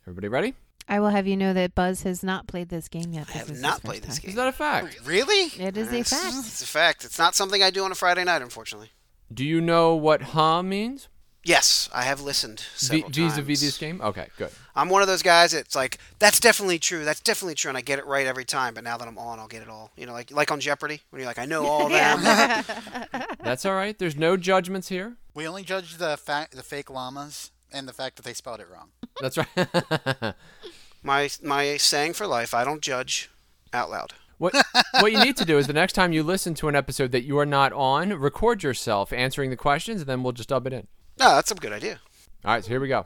S1: Everybody ready?
S3: I will have you know that Buzz has not played this game yet.
S7: I have not played this
S1: Is
S7: game.
S1: that a fact?
S2: Really?
S3: It is a fact.
S7: It's a fact. It's not something I do on a Friday night, unfortunately.
S1: Do you know what huh means?
S7: Yes, I have listened several
S1: Vis a
S7: times.
S1: vis this game? Okay, good.
S7: I'm one of those guys. It's like that's definitely true. That's definitely true, and I get it right every time. But now that I'm on, I'll get it all. You know, like like on Jeopardy when you're like, I know all that.
S1: That's all right. There's no judgments here.
S2: We only judge the fa- the fake llamas and the fact that they spelled it wrong.
S1: That's right.
S7: my my saying for life. I don't judge out loud.
S1: What what you need to do is the next time you listen to an episode that you are not on, record yourself answering the questions, and then we'll just dub it in.
S7: No, that's a good idea.
S1: All right, so here we go.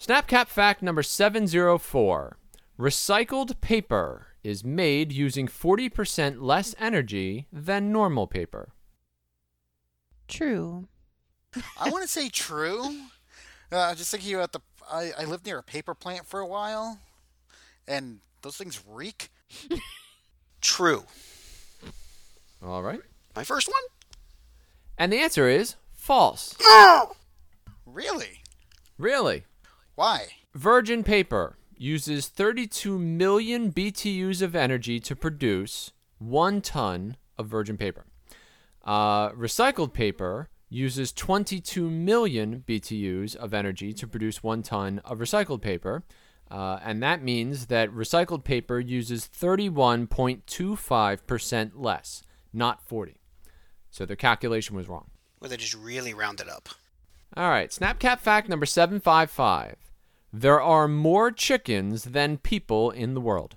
S1: Snapcap fact number 704 Recycled paper is made using 40% less energy than normal paper.
S3: True.
S2: I want to say true. Uh, I'm just thinking about the. I, I lived near a paper plant for a while, and those things reek.
S7: True.
S1: All right.
S7: My first one?
S1: And the answer is false.
S2: Really?
S1: Really?
S2: Why?
S1: Virgin paper uses 32 million BTUs of energy to produce one ton of virgin paper. Uh, recycled paper uses 22 million BTUs of energy to produce one ton of recycled paper. Uh, and that means that recycled paper uses 31.25% less, not 40. So their calculation was wrong.
S7: Or they just really round it up.
S1: All right, Snapcap fact number 755. There are more chickens than people in the world.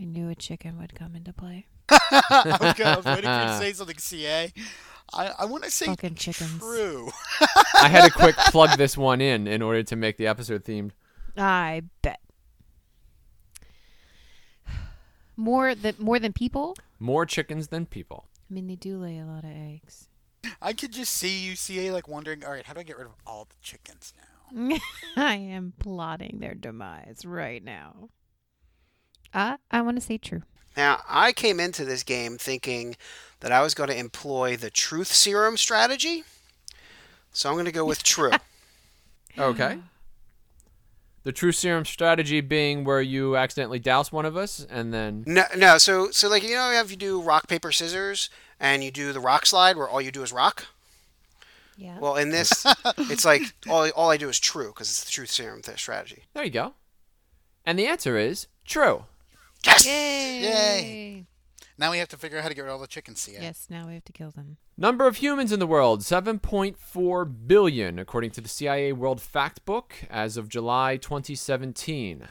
S3: I knew a chicken would come into play.
S2: Okay, I was waiting for you to say something, CA. I, I want to say
S3: Fucking chickens.
S2: true.
S1: I had to quick plug this one in in order to make the episode themed.
S3: I bet. More than more than people.
S1: More chickens than people.
S3: I mean, they do lay a lot of eggs.
S2: I could just see you, CA, like wondering, all right, how do I get rid of all the chickens now?
S3: I am plotting their demise right now. I I want to say true.
S7: Now, I came into this game thinking that I was going to employ the truth serum strategy. So I'm going to go with true.
S1: Okay. The true serum strategy being where you accidentally douse one of us and then.
S7: no, no, so so like you know if you do rock paper scissors and you do the rock slide where all you do is rock.
S3: Yeah.
S7: Well, in this it's like all, all I do is true because it's the truth serum th- strategy.
S1: There you go. And the answer is true.
S7: Yes.
S3: Yay!
S2: Yay. Now we have to figure out how to get rid of all the chickens, CA.
S3: Yes. Now we have to kill them.
S1: Number of humans in the world 7.4 billion, according to the CIA World Factbook as of July 2017.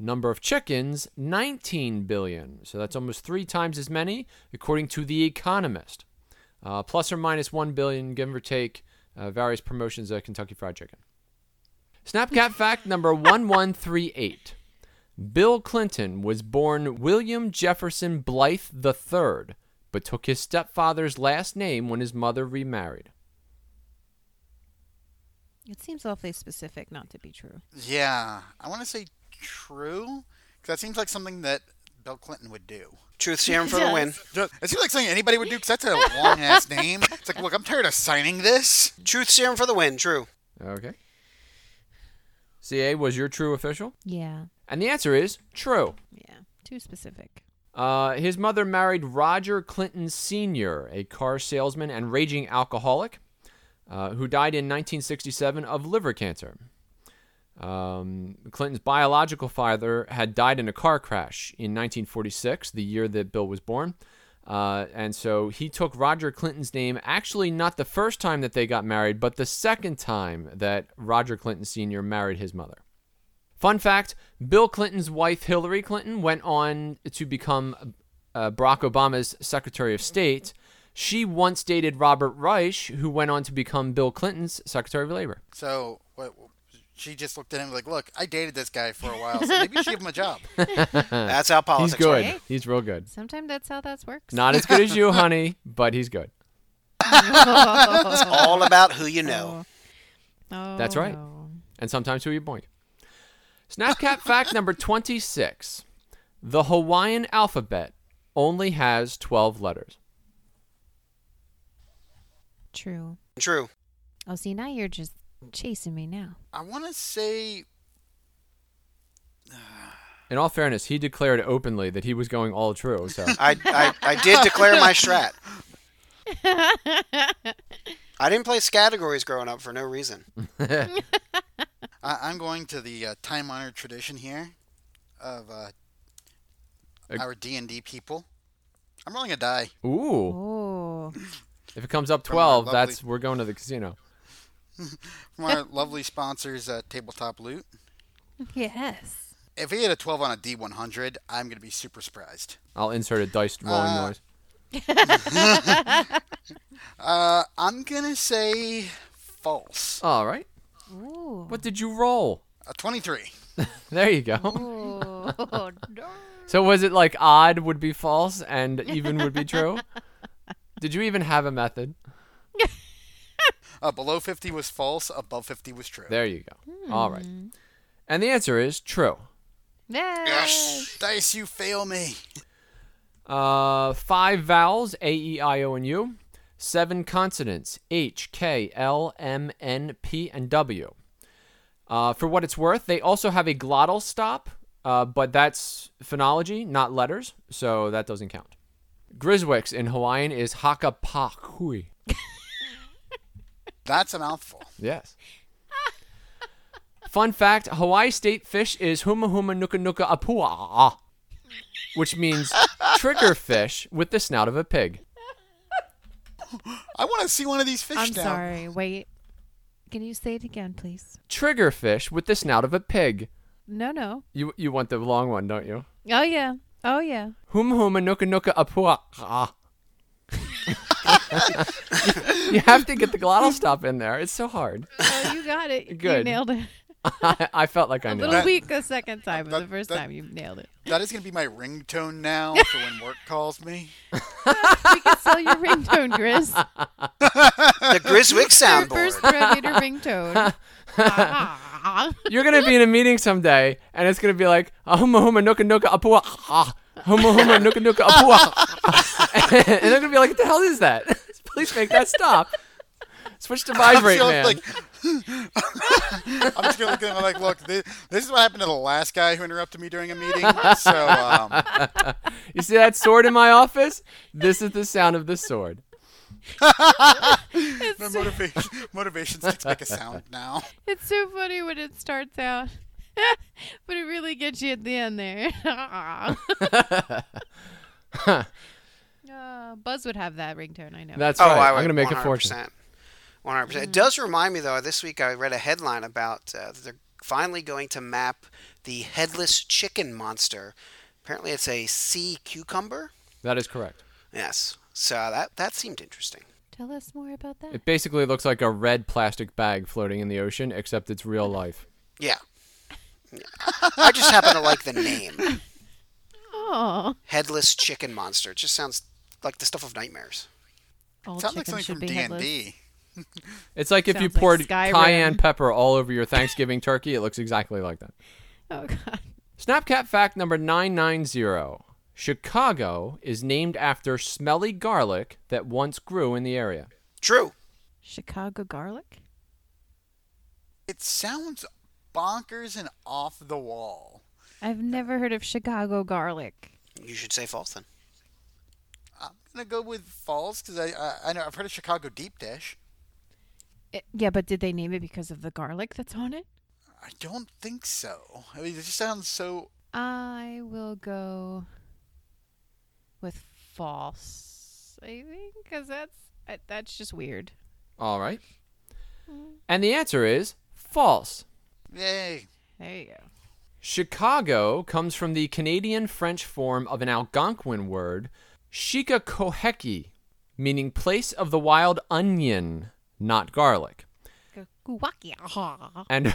S1: Number of chickens 19 billion. So that's almost three times as many, according to The Economist. Uh, plus or minus 1 billion, give or take uh, various promotions of Kentucky Fried Chicken. Snapchat fact number 1138. Bill Clinton was born William Jefferson Blythe III, but took his stepfather's last name when his mother remarried.
S3: It seems awfully specific not to be true.
S2: Yeah, I want to say true 'cause that seems like something that Bill Clinton would do.
S7: Truth serum for the win.
S2: Ju- It seems like something anybody would do because that's a long ass name. It's like, look, I'm tired of signing this.
S7: Truth serum for the win. True.
S1: Okay. CA, was your true official?
S3: Yeah.
S1: And the answer is true.
S3: Yeah. Too specific.
S1: Uh, his mother married Roger Clinton Sr., a car salesman and raging alcoholic, uh, who died in 1967 of liver cancer. Um, Clinton's biological father had died in a car crash in 1946, the year that Bill was born. Uh, and so he took Roger Clinton's name, actually, not the first time that they got married, but the second time that Roger Clinton Sr. married his mother. Fun fact Bill Clinton's wife, Hillary Clinton, went on to become uh, Barack Obama's Secretary of State. She once dated Robert Reich, who went on to become Bill Clinton's Secretary of Labor.
S2: So what, she just looked at him like, look, I dated this guy for a while, so maybe you should give him a job.
S7: That's how politics.
S1: Uh, He's good.
S3: right?
S1: He's real good.
S3: Sometimes that's how that works.
S1: Not as good as you, honey, but he's good.
S7: It's all about who you know.
S3: Oh,
S1: That's right.
S3: no.
S1: And sometimes who you boink. Snapcap fact number 26 The Hawaiian alphabet only has 12 letters.
S3: True.
S7: True.
S3: Oh, see, now you're just chasing me now.
S2: I want to say,
S1: In all fairness, he declared openly that he was going all true. So
S7: I, I, I did declare my strat. I didn't play categories growing up for no reason.
S2: I, I'm going to the uh, time-honored tradition here of uh,
S1: Ag-
S2: our D&D people. I'm rolling a die.
S1: Ooh.
S3: Oh,
S1: If it comes up
S2: our
S1: 12,
S2: lovely-
S1: that's we're going to the casino.
S2: From our lovely sponsors, uh, Tabletop Loot.
S3: yes.
S2: If he had a 12 on a D100, I'm going to be super surprised.
S1: I'll insert a dice rolling
S2: Uh,
S1: noise.
S2: Uh, I'm gonna say false.
S1: All right.
S3: Ooh.
S1: What did you roll?
S2: A 23.
S1: There you go.
S3: Oh, no.
S1: So was it like odd would be false and even would be true? Did you even have a method?
S2: Uh, below 50 was false. Above 50 was true.
S1: There you go. All right.
S2: Hmm.
S1: And the answer is true.
S3: Yay.
S2: Yes, dice, you fail me.
S1: Uh, five vowels A, E, I, O, and U. Seven consonants H, K, L, M, N, P, and W. Uh, for what it's worth, they also have a glottal stop, uh, but that's phonology, not letters, so that doesn't count. Griswix in Hawaiian is Hakapakui.
S2: That's a mouthful.
S1: Yes. Fun fact Hawaii state fish is Huma Huma Nuka Nuka Apua, which means trigger fish with the snout of a pig.
S2: I want to see one of these fish
S3: I'm
S2: now.
S3: sorry. Wait. Can you say it again, please?
S1: Trigger fish with the snout of a pig.
S3: No, no.
S1: You you want the long one, don't you?
S3: Oh, yeah. Oh, yeah.
S1: Hum huma nuka nuka apua. ah. you have to get the glottal stop in there. It's so hard.
S3: Oh, you got it. You
S1: Good.
S3: nailed it.
S1: I, I felt like I
S3: A
S1: knew.
S3: little
S1: it.
S3: weak the second time, but
S2: that-
S3: the first
S2: that-
S3: time you nailed it.
S2: That is going to be my ringtone now for when work calls me.
S3: We can sell your ringtone, Gris.
S7: The Griswick
S3: Your
S7: soundboard.
S3: first Predator ringtone. Ah.
S1: You're gonna be in a meeting someday, and it's gonna be like "Ah, huma huma nuka nuka apua. ah. Huma huma nuka nuka apua. ah." and they're gonna be like, "What the hell is that? Please make that stop. Switch to vibrate,
S2: So I'm
S1: man."
S2: like- I'm just gonna look at him like, look, this, this is what happened to the last guy who interrupted me during a meeting. So um,
S1: You see that sword in my office? This is the sound of the sword.
S2: my motivation, motivation's to make a sound now.
S3: It's so funny when it starts out, but it really gets you at the end there. uh, Buzz would have that ringtone, I know.
S1: That's
S7: oh,
S1: right.
S7: I
S1: am
S7: would
S1: gonna make
S7: 100%.
S1: a fortune.
S7: One hundred percent. It does remind me though. This week I read a headline about uh, that they're finally going to map the headless chicken monster. Apparently, it's a sea cucumber.
S1: That is correct.
S7: Yes. So that that seemed interesting.
S3: Tell us more about that.
S1: It basically looks like a red plastic bag floating in the ocean, except it's real life.
S7: Yeah. I just happen to like the name,
S3: Oh,
S7: headless chicken monster. It just sounds like the stuff of nightmares.
S3: all
S2: Sounds like something
S3: chickens should
S2: from
S3: be
S2: D and
S3: headless.
S2: D.
S1: It's like if you
S3: Sounds like
S1: poured
S3: Skyrim.
S1: cayenne pepper all over your Thanksgiving turkey, it looks exactly like that.
S3: Oh God.
S1: Snapcat fact number 990 Chicago is named after smelly garlic that once grew in the area.
S7: True.
S3: Chicago garlic.
S2: It sounds bonkers and off the wall.
S3: I've never heard of Chicago garlic.
S7: You should say false then.
S2: I'm gonna go with false because I, I I know I've heard of Chicago deep dish.
S3: It- yeah, but did they name it because of the garlic that's on it?
S2: I don't think so. I mean, it just sounds so.
S3: I will go with false. I think because that's I- that's just weird.
S1: All right. And the answer is false.
S2: Yay!
S3: There you go.
S1: Chicago comes from the Canadian French form of an Algonquin word, Shikakoheki, meaning place of the wild onion, not garlic.
S3: Guakia.
S1: And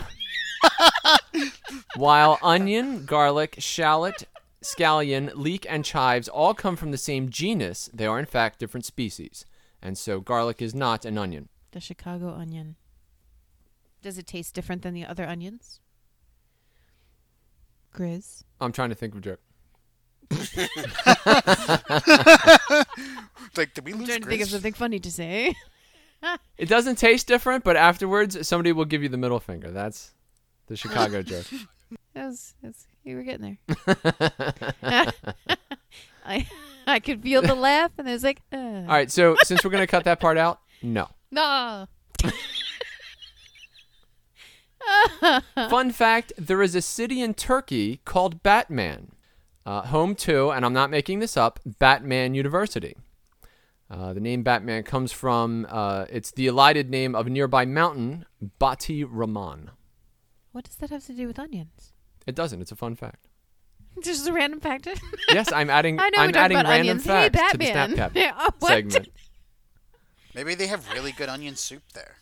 S1: while onion, garlic, shallot, scallion, leek, and chives all come from the same genus, they are in fact different species. And so garlic is not an onion.
S3: The Chicago onion. Does it taste different than the other onions? Grizz.
S1: I'm trying to think of a joke.
S2: Like, did we
S3: I'm
S2: lose?
S3: trying to think of
S2: Grizz?
S3: something funny to say.
S1: It doesn't taste different, but afterwards somebody will give you the middle finger. That's the Chicago joke.
S3: That was, that's, you were getting there. I I could feel the laugh, and it was like, uh,
S1: All right, so since we're going to cut that part out, no.
S3: no.
S1: Fun fact there is a city in Turkey called Batman, uh, home to, and I'm not making this up, Batman University. Uh, the name Batman comes from, uh, it's the elided name of a nearby mountain, Bati Raman.
S3: What does that have to do with onions?
S1: It doesn't, it's a fun fact.
S3: Just a random fact.
S1: Yes, I'm adding.
S3: I know
S1: I'm
S3: we're talking
S1: adding
S3: about
S1: random
S3: onions. Hey,
S1: facts
S3: Batman.
S1: to the SnapCap
S3: Yeah, what?
S1: segment.
S2: Maybe they have really good onion soup there.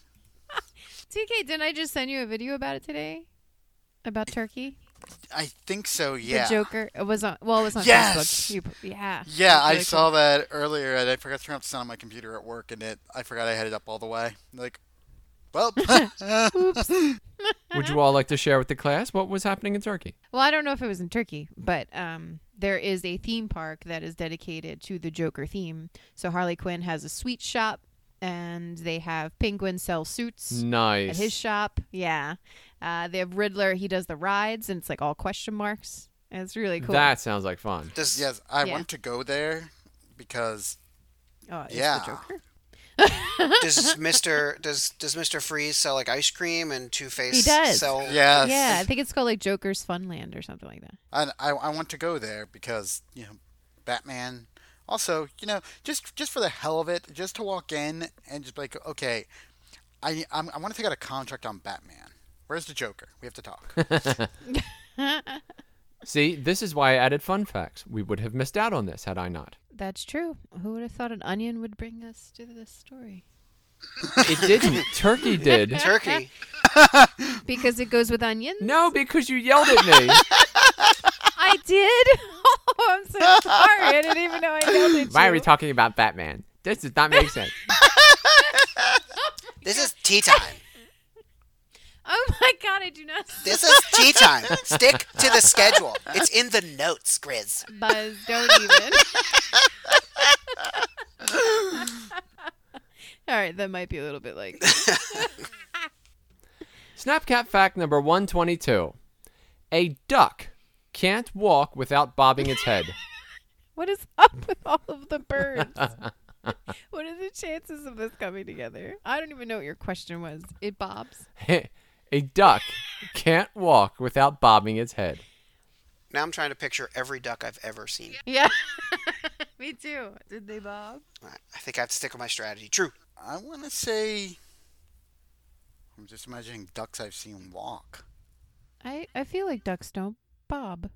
S3: TK, didn't I just send you a video about it today? About Turkey?
S2: I think so. Yeah.
S3: The Joker it was on. Well, it was on
S2: Yes!
S3: Facebook. You put- yeah.
S2: Yeah,
S3: It's
S2: I
S3: really
S2: saw that earlier, and I forgot to turn up the sound on my computer at work, and it I forgot I had it up all the way. Like, well,
S1: Would you all like to share with the class what was happening in Turkey?
S3: Well, I don't know if it was in Turkey, but um, there is a theme park that is dedicated to the Joker theme. So Harley Quinn has a sweet shop, and they have Penguin sell suits.
S1: Nice.
S3: at his shop. Yeah, uh, they have Riddler. He does the rides, and it's like all question marks. And it's really cool.
S1: That sounds like fun.
S7: Does
S2: yes, I
S3: Yeah.
S2: want to go there because
S3: oh, it's
S2: yeah.
S3: the Joker.
S7: does Mister does does Mister Freeze sell like ice cream and Two Face
S3: He does.
S7: sell?
S2: yes,
S3: Yeah, I think it's called like Joker's Funland or something like that.
S2: I, I I want to go there because you know, Batman. Also, you know, just just for the hell of it, just to walk in and just be like, okay, I I'm, I want to take out a contract on Batman. Where's the Joker? We have to talk.
S1: See, this is why I added fun facts. We would have missed out on this had I not.
S3: That's true. Who would have thought an onion would bring us to this story?
S1: It didn't. Turkey did.
S7: Turkey.
S3: Because it goes with onions.
S1: No, because you yelled at me.
S3: I did. Oh, I'm so sorry. I didn't even know I yelled at you.
S1: Why are we talking about Batman? This does not make sense.
S7: This is tea time.
S3: Oh my god, I do not
S7: This is tea time. Stick to the schedule. It's in the notes, Grizz.
S3: buzz. Don't even. All right, that might be a little bit like
S1: Snapcat fact number 122. A duck can't walk without bobbing its head.
S3: What is up with all of the birds? what are the chances of this coming together? I don't even know what your question was. It bobs.
S1: A duck can't walk without bobbing its head.
S7: Now I'm trying to picture every duck I've ever seen.
S3: Yeah. Me too. Did they bob?
S7: I think I have to stick with my strategy. True.
S2: I want to say. I'm just imagining ducks I've seen walk.
S3: I, I feel like ducks don't bob.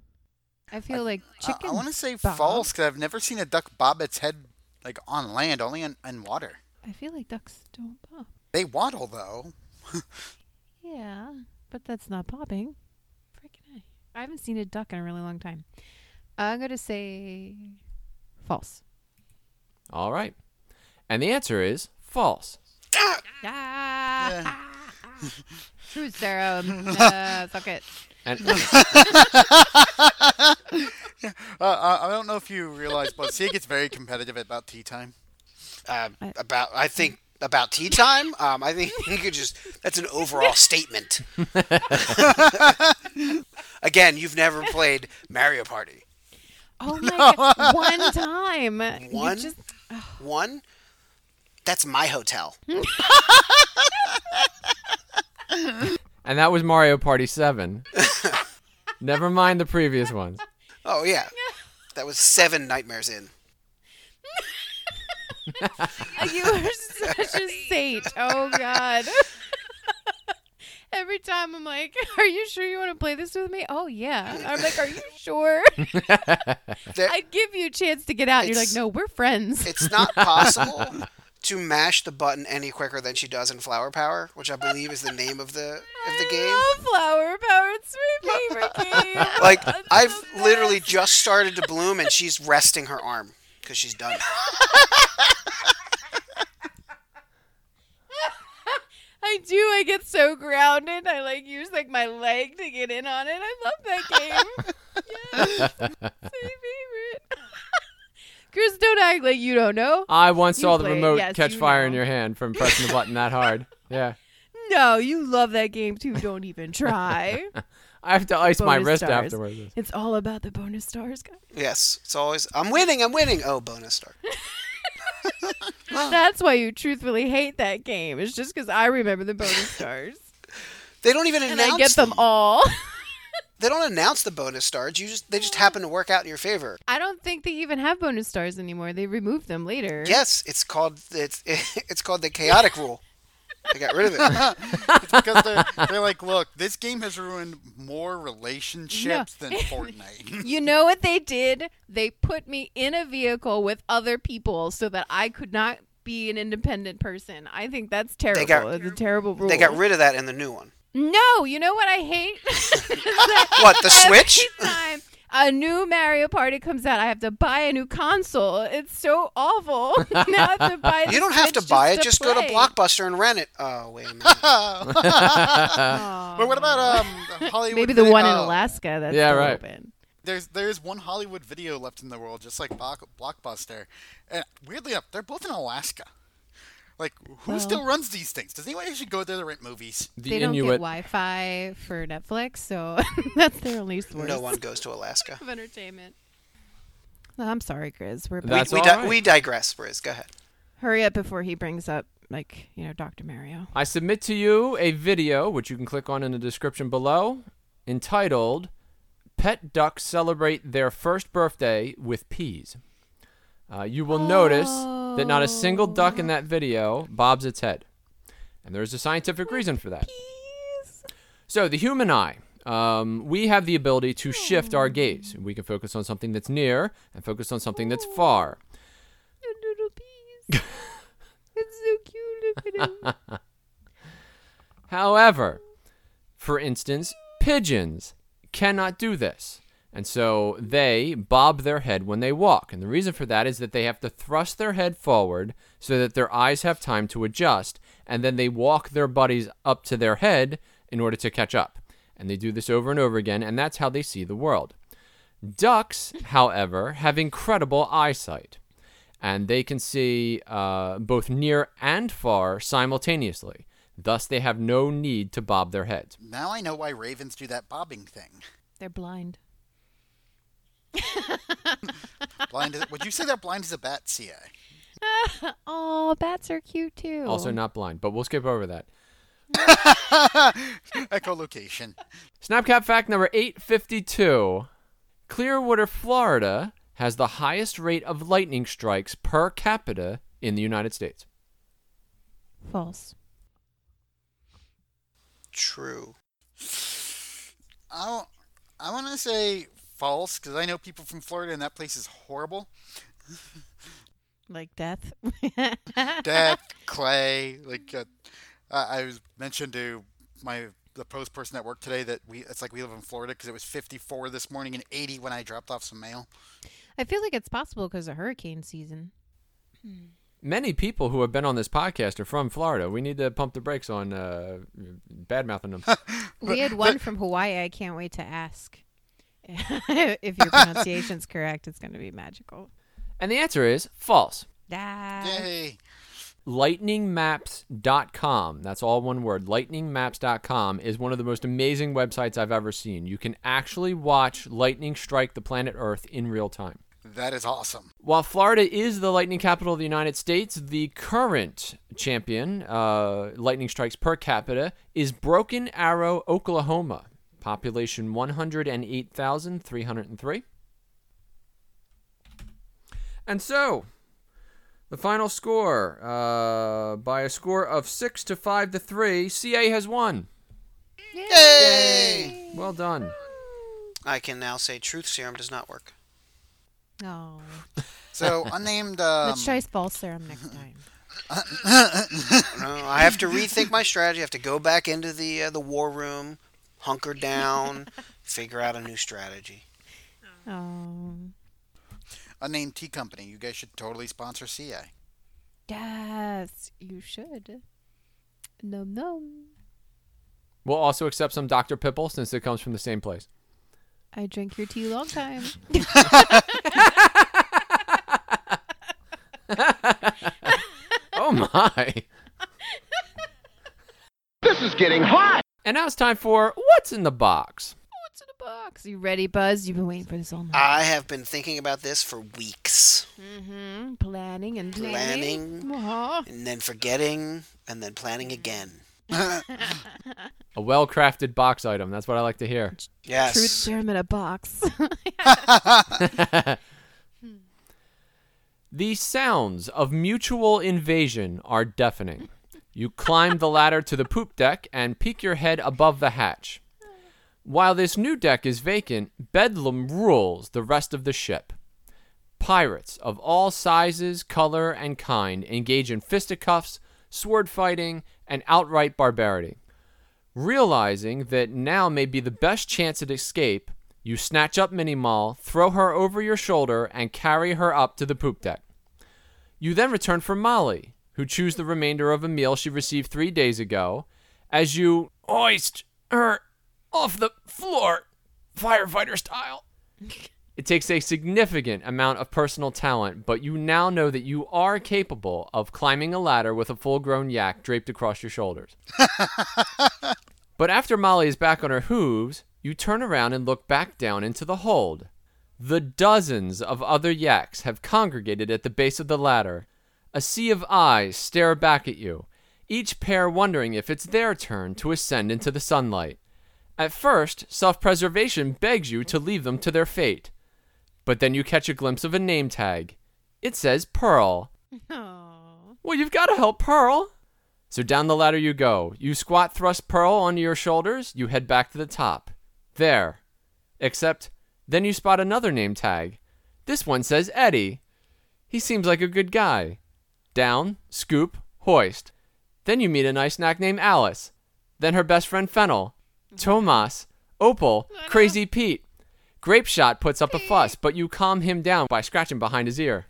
S3: I feel
S2: I- uh,
S3: like
S2: I-
S3: chickens.
S2: I, want to say
S3: bob.
S2: false because I've never seen a duck bob its head like on land, only in, in water.
S3: I feel like ducks don't bob.
S2: They waddle though.
S3: Yeah, but that's not bobbing. Freaking I. I haven't seen a duck in a really long time. I'm going to say false.
S1: All right. And the answer is false.
S3: Ah! Who's Sarah? Uh, suck it.
S1: And
S2: Uh, uh, I don't know if you realize, but see, it gets very competitive at about tea time.
S7: Uh, about I think about tea time. Um, I think you could just that's an overall statement. Again, you've never played Mario Party.
S3: Oh my god! One time, You
S7: One?
S3: just-
S7: One. That's my hotel.
S1: and that was Mario Party 7. Never mind the previous ones.
S7: Oh yeah. That was seven nightmares in.
S3: you are such a saint. Oh god! Every time I'm like, "Are you sure you want to play this with me?" Oh yeah. I'm like, "Are you sure?"
S7: There-
S3: I give you a chance to get out. and You're like,
S7: It's-
S3: "No, we're friends."
S7: It's not possible to mash the button any quicker than she does in Flower Power, which I believe is the name of the of the game.
S3: I love flower power. It's my favorite game.
S7: Like
S3: It's
S7: I've
S3: the
S7: literally just started to bloom, and she's resting her arm because she's done.
S3: I do. I get so grounded. I like use like my leg to get in on it. I love that game. yes, it's my favorite. Chris, don't act like you don't know.
S1: I once
S3: You
S1: saw the
S3: play it.
S1: remote
S3: Yes,
S1: catch
S3: you
S1: fire
S3: know.
S1: in your hand from pressing the button that hard. Yeah.
S3: No, you love that game too. Don't even try.
S1: I have to ice my
S3: Bonus
S1: wrist
S3: stars.
S1: afterwards.
S3: It's all about the bonus stars, guys.
S7: Yes, it's always I'm winning, I'm winning. Oh, bonus star.
S3: That's why you truthfully hate that game. It's just because I remember the bonus stars
S7: They don't even
S3: and
S7: announce
S3: I get them all.
S7: They don't announce the bonus stars. You just they just happen to work out in your favor.
S3: I don't think they even have bonus stars anymore. They removed them later.
S7: Yes, it's called it's it's called the chaotic rule. They got rid of it.
S2: It's because they're, they're like, look, this game has ruined more relationships than Fortnite.
S3: You know what they did? They put me in a vehicle with other people so that I could not be an independent person. I think that's terrible.
S7: got-
S3: it's a terrible rule.
S7: They got rid of that in the new one.
S3: no, you know what I hate?
S7: What the Switch?
S3: Every time a new Mario Party comes out, I have to buy a new console. It's so awful. now I have to buy the
S7: You don't have to
S3: Switch
S7: buy it. Just go to
S3: play.
S7: Blockbuster and rent it. Oh wait a minute.
S2: but what about um Hollywood?
S3: Maybe the
S2: video-
S3: one in
S2: uh,
S3: Alaska that's
S1: Yeah,
S3: still
S1: right.
S3: open.
S2: There's there's one Hollywood video left in the world, just like Block- Blockbuster, and weirdly enough, they're both in Alaska. Like, who still runs these things? Does anyone actually go there to rent movies?
S1: The
S3: they don't get
S1: Inuit.
S3: Wi-Fi for Netflix, so that's their only source
S7: No one goes to Alaska.
S3: of entertainment. I'm sorry, Grizz. We're
S1: That's
S7: we,
S1: all
S7: di-
S1: right.
S7: we digress, Briz. Go ahead.
S3: hurry up before he brings up like you know Dr. Mario.
S1: I submit to you a video, which you can click on in the description below, entitled Pet Ducks Celebrate Their First Birthday with Peas. Uh, you will notice that not a single duck in that video bobs its head. And there's a scientific reason for that. So, the human eye. Um, we have the ability to shift our gaze. We can focus on something that's near and focus on something that's far.
S3: Little peas. it's so cute. Look at him.
S1: However, for instance, pigeons cannot do this. And so they bob their head when they walk. And the reason for that is that they have to thrust their head forward so that their eyes have time to adjust. And then they walk their buddies up to their head in order to catch up. And they do this over and over again. And that's how they see the world. Ducks, however, have incredible eyesight and they can see uh, both near and far simultaneously. Thus, they have no need to bob their heads.
S2: Now I know why ravens do that bobbing thing.
S3: They're blind.
S2: Blind? As, would you say they're blind as a bat, Ca?
S3: Oh, bats are cute too.
S1: Also, not blind, but we'll skip over that.
S2: Echolocation.
S1: Snapcap fact number 852 Clearwater, Florida has the highest rate of lightning strikes per capita in the United States.
S3: false.
S7: True.
S2: I don't- I want to say false because I know people from Florida and that place is horrible.
S3: Like death.
S2: Death, clay. Like uh, I I was mentioned to my the post person at work today that we it's like we live in Florida because it was 54 this morning and 80 when I dropped off some mail.
S3: I feel like it's possible because of hurricane season.
S1: Many people who have been on this podcast are from Florida. We need to pump the brakes on uh, bad mouthing them.
S3: We had one from Hawaii. I can't wait to ask. if your pronunciation's correct, it's going to be magical.
S1: and the answer is false.
S3: Ah.
S2: Yay!
S1: lightningmaps.com that's all one word lightningmaps.com is one of the most amazing websites i've ever seen you can actually watch lightning strike the planet earth in real time
S2: That is awesome.
S1: while Florida is the lightning capital of the United States, the current champion, uh, lightning strikes per capita, is Broken Arrow, Oklahoma. Population 108,303. And so, the final score uh, by a score of 6 to 5 to 3, CA has won. Yay! Well done.
S7: I can now say truth serum does not work.
S1: Um,
S3: Oh.
S2: So unnamed. Um,
S3: Let's try false serum next time.
S7: No, I have to rethink my strategy. I have to go back into the uh, the war room, hunker down, figure out a new strategy.
S3: Oh.
S2: unnamed tea company. You guys should totally sponsor CA.
S3: Yes, you should. Num num.
S1: We'll also accept some Dr. Pipple since it comes from the same place.
S3: I drank your tea long time.
S1: Oh my.
S4: This is getting hot.
S1: And now it's time for What's in the Box.
S3: What's in the box? You ready, Buzz? You've been waiting for this all night.
S7: I have been thinking about this for weeks,
S3: mm-hmm. Planning and planning.
S7: Planning.
S3: Uh-huh.
S7: and then forgetting, and then planning again.
S1: A well crafted box item. That's what I like to hear.
S7: Yes.
S3: Truth serum in a box.
S1: The sounds of mutual invasion are deafening. You climb the ladder to the poop deck and peek your head above the hatch. While this new deck is vacant, Bedlam rules the rest of the ship. Pirates of all sizes, color, and kind engage in fisticuffs, sword fighting, and outright barbarity. Realizing that now may be the best chance at escape, you snatch up Minnie Mall, throw her over your shoulder, and carry her up to the poop deck. You then return for Molly, who chews the remainder of a meal she received three days ago, as you hoist her off the floor, firefighter style. It takes a significant amount of personal talent, but you now know that you are capable of climbing a ladder with a full grown yak draped across your shoulders. but after Molly is back on her hooves, you turn around and look back down into the hold. The dozens of other yaks have congregated at the base of the ladder. A sea of eyes stare back at you, each pair wondering if it's their turn to ascend into the sunlight. At first, self preservation begs you to leave them to their fate. But then you catch a glimpse of a name tag. It says Pearl. Well, you've got to help Pearl. So down the ladder you go. You squat thrust Pearl onto your shoulders. You head back to the top. There. Except, then you spot another name tag. This one says Eddie. He seems like a good guy. Down, scoop, hoist. Then you meet a nice knack named Alice. Then her best friend Fennel. Tomas, Opal, Crazy Pete. Grape Shot puts up a fuss, but you calm him down by scratching behind his ear.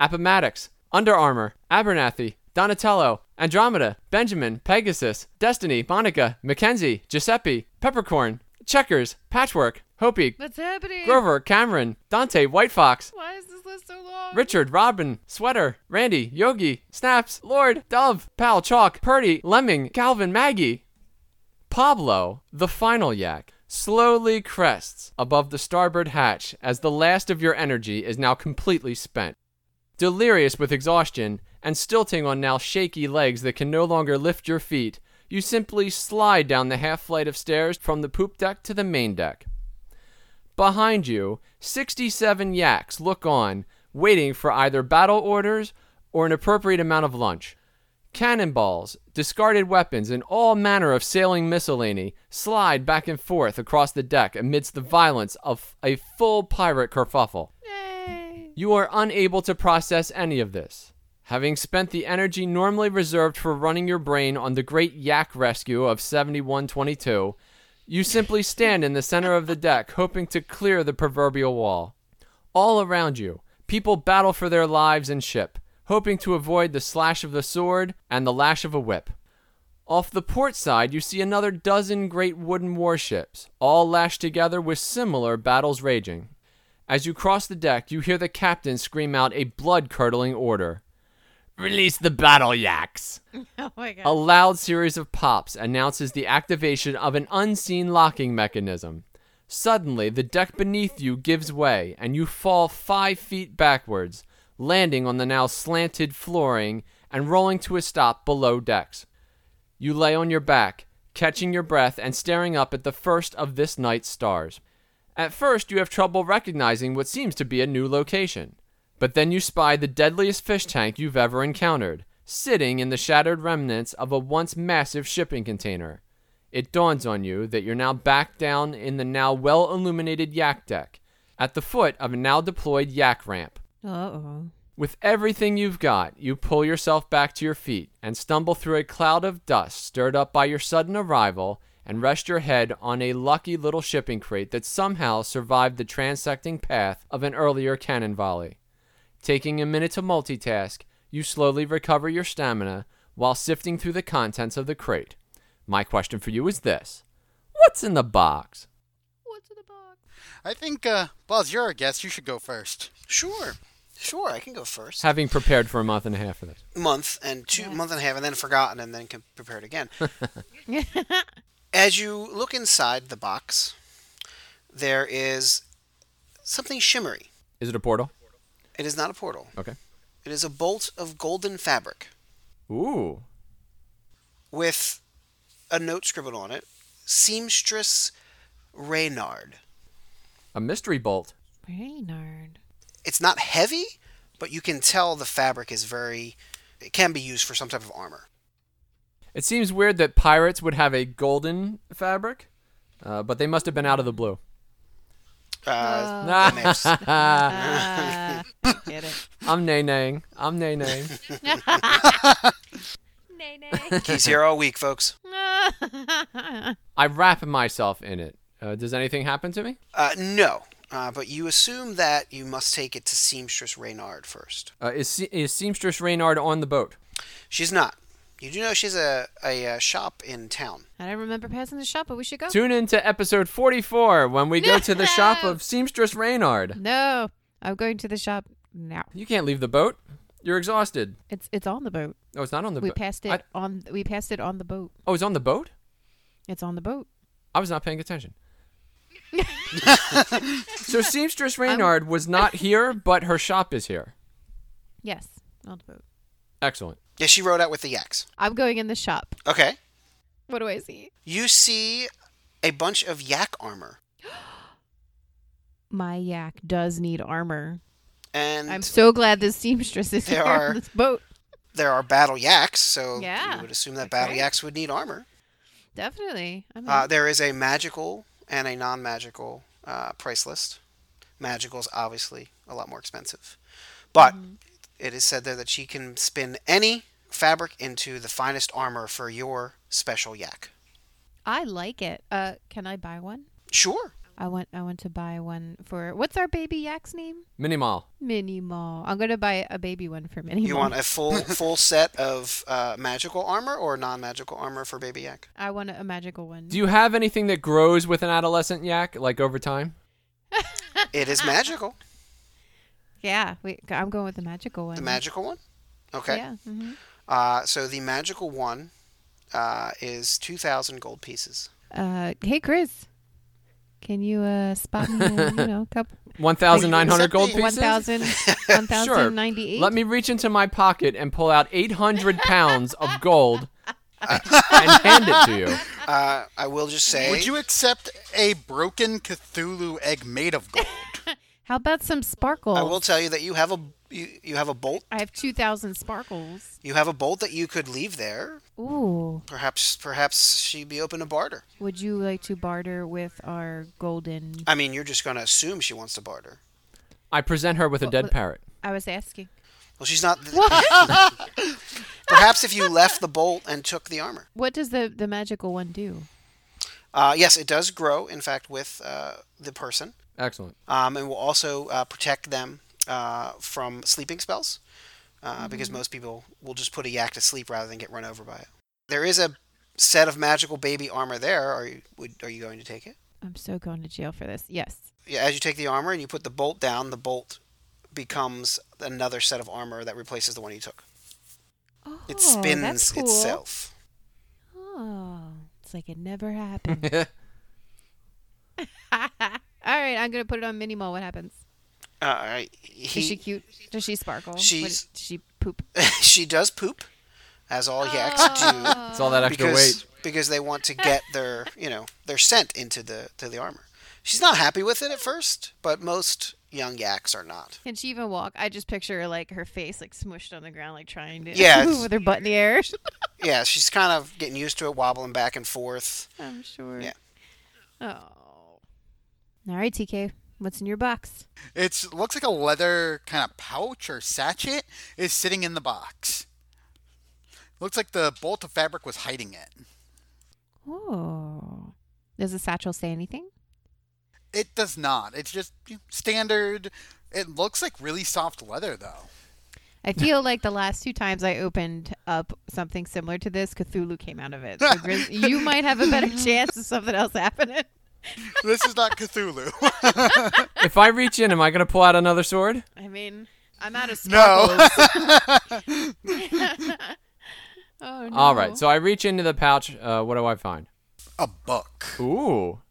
S1: Appomattox, Under Armour, Abernathy, Donatello, Andromeda, Benjamin, Pegasus, Destiny, Monica, Mackenzie, Giuseppe, Peppercorn, Checkers, Patchwork, Hopi,
S3: What's happening?
S1: Grover, Cameron, Dante, White Fox,
S3: Why is this list so long?
S1: Richard, Robin, Sweater, Randy, Yogi, Snaps, Lord, Dove, Pal, Chalk, Purdy, Lemming, Calvin, Maggie. Pablo, the final yak, slowly crests above the starboard hatch as the last of your energy is now completely spent. Delirious with exhaustion and stilting on now shaky legs that can no longer lift your feet, you simply slide down the half flight of stairs from the poop deck to the main deck. Behind you, 67 yaks look on, waiting for either battle orders or an appropriate amount of lunch. Cannonballs, discarded weapons, and all manner of sailing miscellany slide back and forth across the deck amidst the violence of a full pirate kerfuffle. You are unable to process any of this. Having spent the energy normally reserved for running your brain on the great yak rescue of 7122, you simply stand in the center of the deck hoping to clear the proverbial wall. All around you, people battle for their lives and ship, hoping to avoid the slash of the sword and the lash of a whip. Off the port side, you see another dozen great wooden warships, all lashed together with similar battles raging. As you cross the deck, you hear the captain scream out a blood curdling order Release the battle yaks!
S3: Oh my god.
S1: A loud series of pops announces the activation of an unseen locking mechanism. Suddenly, the deck beneath you gives way, and you fall five feet backwards, landing on the now slanted flooring and rolling to a stop below decks. You lay on your back, catching your breath and staring up at the first of this night's stars. At first, you have trouble recognizing what seems to be a new location. But then you spy the deadliest fish tank you've ever encountered, sitting in the shattered remnants of a once massive shipping container. It dawns on you that you're now back down in the now well illuminated yak deck, at the foot of a now deployed yak ramp.
S3: Uh-oh.
S1: With everything you've got, you pull yourself back to your feet and stumble through a cloud of dust stirred up by your sudden arrival and rest your head on a lucky little shipping crate that somehow survived the transecting path of an earlier cannon volley. Taking a minute to multitask, you slowly recover your stamina while sifting through the contents of the crate. My question for you is this What's in the box?
S3: What's in the box?
S2: I think, uh, Buzz, you're a guest. You should go first.
S7: Sure. Sure, I can go first.
S1: Having prepared for a month and a half of this.
S7: month and two month and a half and then forgotten and then com- prepared again as you look inside the box there is something shimmery
S1: Is it a portal?
S7: it is not a portal
S1: Okay.
S7: it is a bolt of golden fabric
S1: Ooh.
S7: with a note scribbled on it seamstress reynard
S1: A mystery bolt.
S3: Reynard.
S7: it's not heavy but you can tell the fabric is very it can be used for some type of armor
S1: It seems weird that pirates would have a golden fabric, uh, but they must have been out of the blue.
S7: Uh,
S1: Nah.
S7: mix.
S3: Uh, get it.
S1: I'm nay naying. I'm nay naying.
S3: Nay, nay.
S7: He's here all week, folks.
S1: I wrap myself in it. Uh, does anything happen to me?
S7: Uh, no, uh, but you assume that you must take it to seamstress Reynard first.
S1: Uh, is, Se- is Seamstress Reynard on the boat?
S7: She's not. You do know she's a, a, uh shop in town.
S3: I don't remember passing the shop, but we should go.
S1: Tune in to episode 44 when we go to the shop of Seamstress Reynard.
S3: No, I'm going to the shop now.
S1: You can't leave the boat. You're exhausted.
S3: It's it's on the boat.
S1: Oh, it's not on the
S3: We
S1: boat.
S3: passed it
S1: I-
S3: on. We passed it on the boat.
S1: oh, it's on the boat?
S3: It's on the boat.
S1: I was not paying attention. so Seamstress Reynard was not here, but her shop is here.
S3: Yes, on the boat.
S1: Excellent.
S7: Yeah, she rode out with the yaks.
S3: I'm going in the shop.
S7: Okay.
S3: What do I see?
S7: You see a bunch of yak armor.
S3: My yak does need armor.
S7: And
S3: I'm so glad this seamstress is
S7: There
S3: here
S7: are-
S3: on this boat.
S7: there are battle yaks, so
S3: Yeah.
S7: you would assume that battle
S3: Okay.
S7: yaks would need armor.
S3: Definitely. I'm
S7: Uh, there is a magical and a non magical uh, price list. Magical is obviously a lot more expensive. But
S3: Mm-hmm.
S7: it is said there that she can spin any fabric into the finest armor for your special yak.
S3: I like it. Uh, can I buy one?
S7: Sure.
S3: I want. I want to buy one for what's our baby yak's name?
S1: Minimal.
S3: Mini Mall. I'm gonna buy a baby one for Mini
S7: You
S3: Mall.
S7: want a full full set of uh, magical armor or non magical armor for baby yak?
S3: I want a magical one.
S1: Do you have anything that grows with an adolescent yak, like over time?
S7: It is magical.
S3: yeah, we, I'm going with the magical one.
S7: The magical one? Okay.
S3: Yeah. hmm
S7: Uh, so the magical one uh, is 2,000 gold pieces.
S3: Uh, hey Chris, can you uh spot me? A, you know, couple
S1: 1,900 gold
S7: Something-
S1: pieces?
S3: one thousand, one
S1: Sure.
S3: thousand ninety-eight.
S1: Let me reach into my pocket and pull out 800 pounds of gold and hand it to you.
S7: Uh, I will just say.
S2: Would you accept a broken Cthulhu egg made of gold?
S3: How about some sparkles?
S7: I will tell you that you have a you, you have a bolt
S3: I have two thousand sparkles.
S7: you have a bolt that you could leave there.
S3: Ooh,
S7: Perhaps perhaps she'd be open to barter.
S3: would you like to barter with our golden?
S7: I mean, you're just going to assume she wants to barter.
S1: I present her with a dead parrot.
S3: I was asking.
S7: Well, she's not. perhaps if you left the bolt and took the armor.
S3: What does the the magical one do?
S7: Uh, yes, it does grow. In fact, with uh, the person,
S1: Excellent.
S7: um, and will also uh, protect them uh, from sleeping spells, uh,
S3: Mm-hmm.
S7: because most people will just put a yak to sleep rather than get run over by it. There is a set of magical baby armor there. Are you would, are you going to take it?
S3: I'm so going to jail for this. Yes.
S7: Yeah, as you take the armor and you put the bolt down, the bolt becomes another set of armor that replaces the one you took.
S3: Oh,
S7: It spins
S3: that's cool.
S7: itself.
S3: Oh, it's like it never happened. All right, I'm gonna put it on mini mall. What happens?
S7: All right.
S3: Is she
S7: Uh, He,
S3: cute? Does she sparkle? What-
S7: She's-
S3: does she poop. Ah!
S7: she does poop, as all yaks do.
S1: It's all that
S3: Uh,
S1: extra
S7: because
S1: weight.
S7: because they want to get their you know their scent into the to the armor. She's not happy with it at first, but most young yaks are not.
S3: Can she even walk? I just picture like her face like smushed on the ground, like trying to
S7: Yeah, it's-
S3: with her butt in the air.
S7: Yeah, she's kind of getting used to it, wobbling back and forth.
S3: I'm sure.
S7: Yeah.
S3: Oh. All right, TK. What's in your box?
S2: It's looks like a leather kind of pouch or sachet is sitting in the box. Looks like the bolt of fabric was hiding it.
S3: Oh. Does the satchel say anything?
S2: It does not. It's just standard. It looks like really soft leather though.
S3: I feel like the last two times I opened up something similar to this, Cthulhu came out of it. So Grizz, you might have a better chance of something else happening.
S2: This is not Cthulhu.
S1: If I reach in, am I going to pull out another sword?
S3: I mean, I'm out of
S2: No.
S3: sparkles. oh, no.
S1: All right. So I reach into the pouch. Uh, what do I find?
S2: a book.
S1: Ooh. All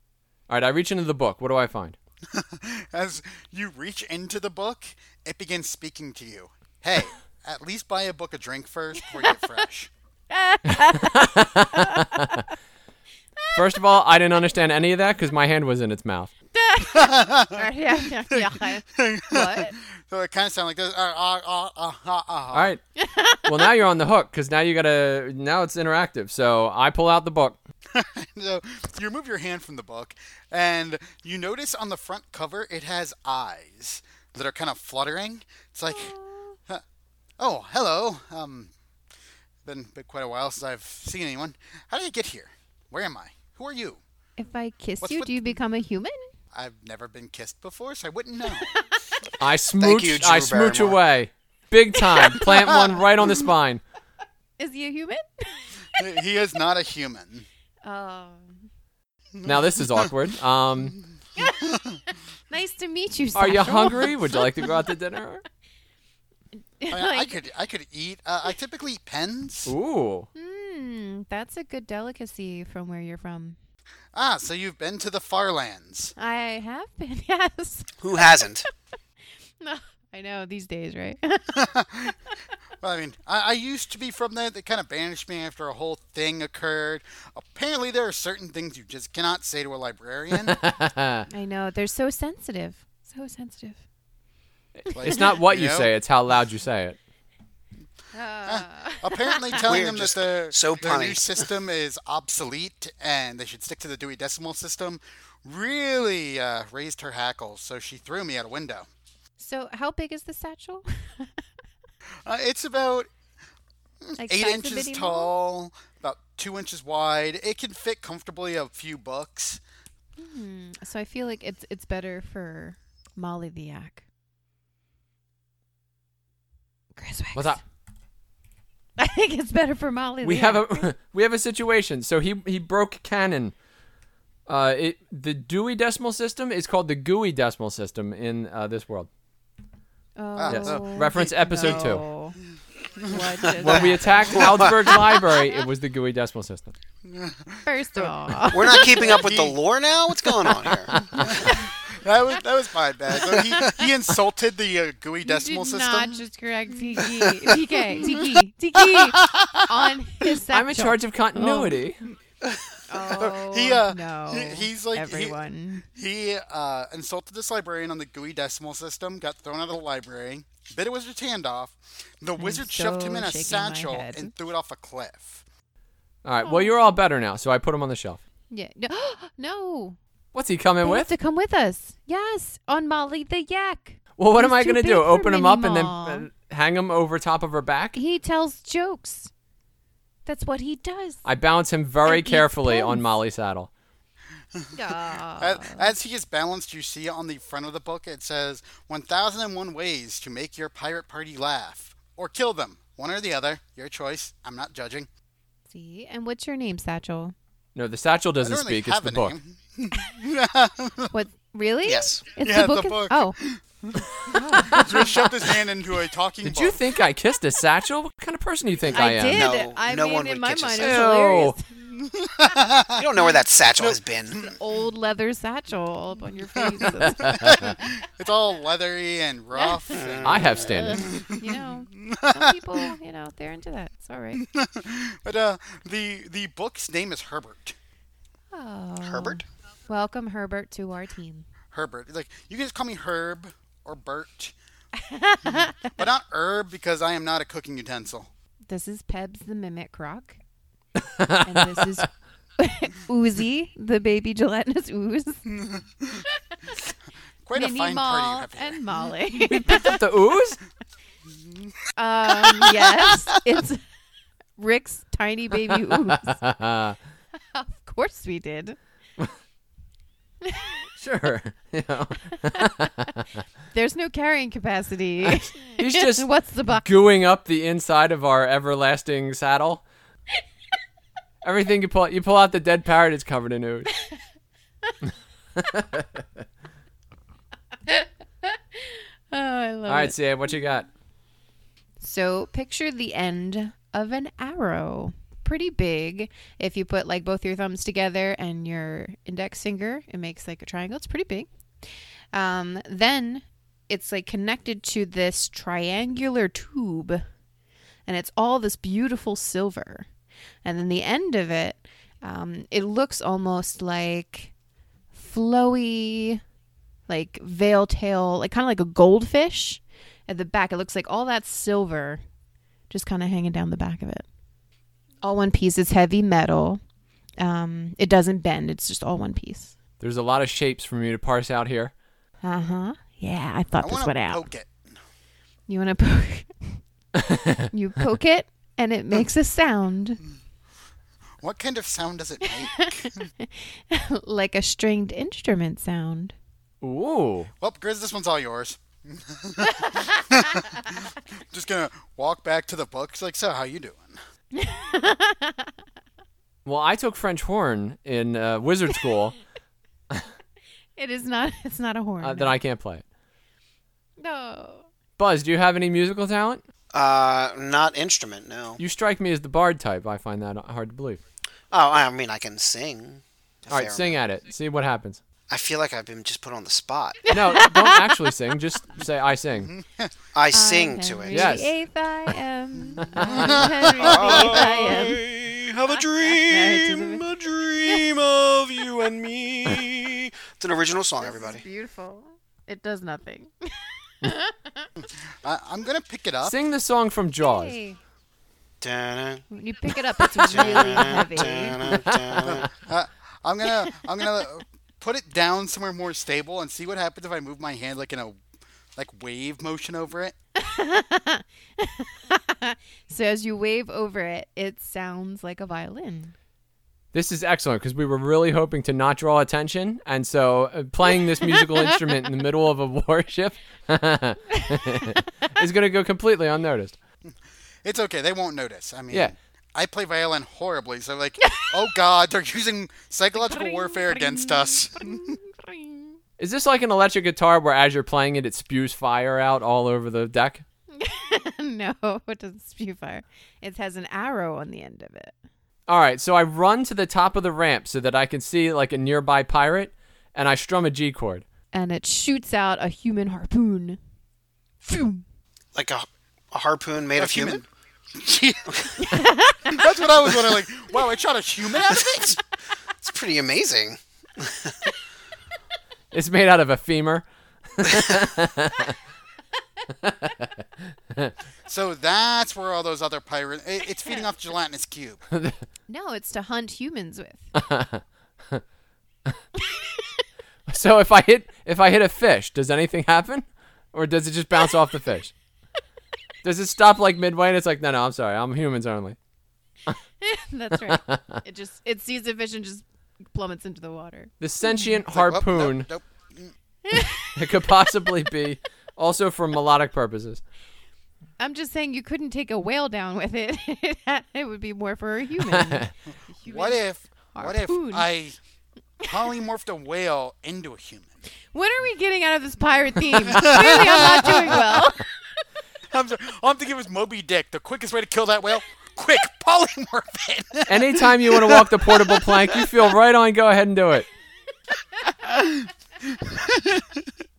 S1: right. I reach into the book. What do I find?
S2: As you reach into the book, it begins speaking to you. Hey, at least buy a book a drink first before you get fresh.
S1: First of all, I didn't understand any of that because my hand was in its mouth.
S3: yeah, yeah, yeah. What?
S2: So it kind of sounded like this. Uh, uh, uh, uh, uh, uh.
S1: All right. Well, now you're on the hook because now you gotta. Now it's interactive. So I pull out the book.
S2: So you remove your hand from the book, and you notice on the front cover it has eyes that are kind of fluttering. It's like, huh, oh, hello. Um, been, been quite a while since I've seen anyone. How did I get here? Where am I? Who are you?
S3: If I kiss
S2: What's
S3: you,
S2: with-
S3: do you become a human?
S2: I've never been kissed before, so I wouldn't know.
S1: I smooch.
S7: you, Drew
S1: I smooch
S7: Barrymore.
S1: away, big time. Plant one right on the spine.
S3: Is he a human?
S2: he is not a human.
S3: Oh,
S1: Now this is awkward. Um,
S3: nice to meet you.
S1: are you
S3: Satchel.
S1: hungry? Would you like to go out to dinner?
S2: Oh, I, mean, I could I could eat. Uh, I typically eat pens.
S1: Ooh.
S3: Hmm, that's a good delicacy from where you're from.
S2: Ah, so you've been to the far lands.
S3: I have been, yes.
S7: Who hasn't?
S3: I know these days, right?
S2: Well, I mean, I, I used to be from there. They kind of banished me after a whole thing occurred. Apparently, there are certain things you just cannot say to a librarian.
S3: I know they're so sensitive, so sensitive.
S2: Like,
S1: It's not what you
S2: know?
S1: say; it's how loud you say it.
S3: Uh.
S2: Apparently, telling
S7: We're
S2: them that
S7: just
S2: their,
S7: so
S2: their new
S7: punny.
S2: system is obsolete and they should stick to the Dewey Decimal System really uh, raised her hackles, so she threw me out a window.
S3: So, how big is the satchel?
S2: Uh, it's about
S3: like
S2: eight
S3: size of
S2: inches
S3: Biddy Moon?
S2: tall, about two inches wide. It can fit comfortably a few books.
S3: Hmm. So I feel like it's it's better for Molly the yak. Griswick.
S1: What's up?
S3: I think it's better for Molly.
S1: we
S3: the
S1: have
S3: yak.
S1: a we have a situation. So he he broke canon. Uh, it the Dewey Decimal System is called the GUI Decimal System in uh, this world.
S3: Oh,
S2: yeah, so
S1: reference episode two.
S3: no. What just
S1: When we attacked Aldsburg's library, it was the GUI Decimal System.
S3: First of all,
S7: We're not keeping up with the lore now? What's going on here?
S2: That was that was my bad. So he, he insulted the uh, GUI decimal
S3: you did
S2: system.
S3: not just correct Tiki, TK, Tiki, Tiki on his satchel.
S1: I'm in charge of continuity.
S3: Oh,
S2: He, uh,
S3: no.
S2: he- he's like- he-
S3: everyone.
S2: He uh, insulted this librarian on the GUI decimal system, got thrown out of the library, bit a wizard's hand off. The wizard shoved
S3: so
S2: him in a
S3: shaking my
S2: satchel
S3: head.
S2: and threw it off a cliff.
S1: All right. Well, you're all better now, so I put him on the shelf.
S3: Yeah. No. no.
S1: What's he coming
S3: They have
S1: with?
S3: to come with us. Yes, on Molly the yak.
S1: well, what
S3: He's
S1: am I
S3: too
S1: gonna
S3: big
S1: do?
S3: for
S1: Open him
S3: Minnie
S1: up and then
S3: Maw.
S1: uh, hang him over top of her back?
S3: He tells jokes. That's what he does.
S1: I balance him very
S3: And eats
S1: carefully
S3: pins.
S1: on Molly's saddle. Uh,
S2: As, as he is balanced, you see on the front of the book it says 1001 ways to make your pirate party laugh or kill them. One or the other, your choice. I'm not judging.
S3: See, and what's your name, Satchel?
S1: No, the satchel
S2: I
S1: doesn't
S2: don't really
S1: speak. It's
S2: have
S1: the
S2: a
S1: book.
S2: name.
S3: What? Really?
S7: Yes.
S3: It's
S2: Yeah,
S3: the book.
S2: the
S3: is-
S2: book.
S3: Oh,
S2: So he shoved his hand into a talking
S1: Did
S2: book.
S1: you think I kissed a satchel? What kind of person do you think I, am?
S3: did.
S7: No,
S3: I
S7: no
S3: mean,
S7: one
S3: in
S7: would
S3: my
S7: catch a
S3: mind, it was
S1: satchel.
S3: hilarious.
S7: You don't know where that satchel has been.
S3: Old leather satchel up on your face.
S2: it's all leathery and rough. and-
S1: I have standards.
S3: you know, some people, you know, they're into that. It's all right.
S2: but uh, the the book's name is Herbert.
S3: Oh.
S7: Herbert?
S3: Welcome, Herbert, to our team.
S2: Herbert. Like you can just call me Herb or Bert, but not Herb because I am not a cooking utensil.
S3: This is Pebs the Mimic Croc. and this is Uzi, the baby gelatinous ooze.
S2: Quite a
S3: Minnie
S2: fine party you
S3: Mall
S2: have here.
S3: and Molly.
S1: picked up the ooze?
S3: um, yes, it's Rick's tiny baby ooze. of course we did.
S1: Sure. You know,
S3: There's no carrying capacity.
S1: he's just
S3: What's the box?
S1: gooing up the inside of our everlasting saddle. Everything you pull, you pull out the dead parrot is covered in ooze.
S3: Oh, I love
S1: All
S3: it.
S1: right, Sam, what you got?
S3: So picture the end of an arrow. Pretty big. If you put like both your thumbs together and your index finger, it makes like a triangle. It's pretty big. Um, then it's like connected to this triangular tube and it's all this beautiful silver. And then the end of it, um, it looks almost like flowy like veil tail, like kind of like a goldfish at the back. It looks like all that silver just kind of hanging down the back of it. All one piece. It's heavy metal. Um, it doesn't bend. It's just all one piece.
S1: There's a lot of shapes for me to parse out here.
S3: Uh huh. Yeah, I
S2: I
S3: thought this
S2: want
S3: went
S2: to
S3: out.
S2: poke it.
S3: You want to poke? you poke it, and it makes a sound
S2: What kind of sound does it make?
S3: like a stringed instrument sound.
S1: Ooh.
S2: well, Grizz, this one's all yours. Just gonna walk back to the books. Like, so, how you doing?
S1: Well, I took French horn in uh, wizard school.
S3: It is not. It's not a horn.
S1: uh, then I can't play it.
S3: no.
S1: Buzz, do you have any musical talent?
S7: Uh, not instrument, no.
S1: You strike me as the bard type. I find that hard to believe.
S7: Oh, I mean, I can sing. a
S1: All right,
S7: fair
S1: sing
S7: amount.
S1: at it. See what happens.
S7: I feel like I've been just put on the spot.
S1: No, don't actually sing. Just say I sing.
S7: I sing to it.
S1: Yeah. Yes.
S3: Eighth I am. I'm Henry the Eighth I am.
S7: have a dream, a dream of you and me. It's an original song, everybody.
S3: Beautiful. It does nothing.
S2: I- I'm gonna pick it up.
S1: Sing the song from Jaws.
S3: Hey,
S7: Dun,
S3: when you pick it up, it's really heavy.
S7: dun, dun.
S2: Uh, I'm gonna I'm gonna put it down somewhere more stable and see what happens if I move my hand like in a like wave motion over it.
S3: So as you wave over it, it sounds like a violin.
S1: This is excellent because we were really hoping to not draw attention, and so uh, playing this musical instrument in the middle of a warship is going to go completely unnoticed.
S2: It's okay, they won't notice. I mean,
S1: Yeah.
S2: I play violin horribly, so like, oh god, they're using psychological warfare against us.
S1: Is this like an electric guitar where, as you're playing it, it spews fire out all over the deck?
S3: no, it doesn't spew fire. It has an arrow on the end of it.
S1: All right, so I run to the top of the ramp so that I can see like a nearby pirate, and I strum a G chord.
S3: And it shoots out a human harpoon. Phew.
S7: Like a, a harpoon made of human.
S2: That's what I was wondering. Like, wow, I shot a human out of it.
S7: It's pretty amazing.
S1: It's made out of a femur.
S2: So that's where all those other pirates. It, it's feeding off gelatinous cube.
S3: No, it's to hunt humans with.
S1: So if I hit if I hit a fish, does anything happen, or does it just bounce off the fish? Does it stop like midway and it's like, no, no, I'm sorry, I'm humans only.
S3: That's right. it just it sees a fish and just plummets into the water.
S1: The sentient
S2: Like, whoop, nope,
S1: harpoon
S2: nope.
S1: that could possibly be also for melodic purposes.
S3: I'm just saying you couldn't take a whale down with it. it would be more for a human. A human-
S2: What if? What if
S3: Harpoon.
S2: I polymorphed a whale into a human?
S3: When are we getting out of this pirate theme? Clearly, I'm not doing well.
S2: I'm sorry. All I'm thinking was Moby Dick. The quickest way to kill that whale, quick polymorph it.
S1: Anytime you want to walk the portable plank, you feel right on. Go ahead and do it.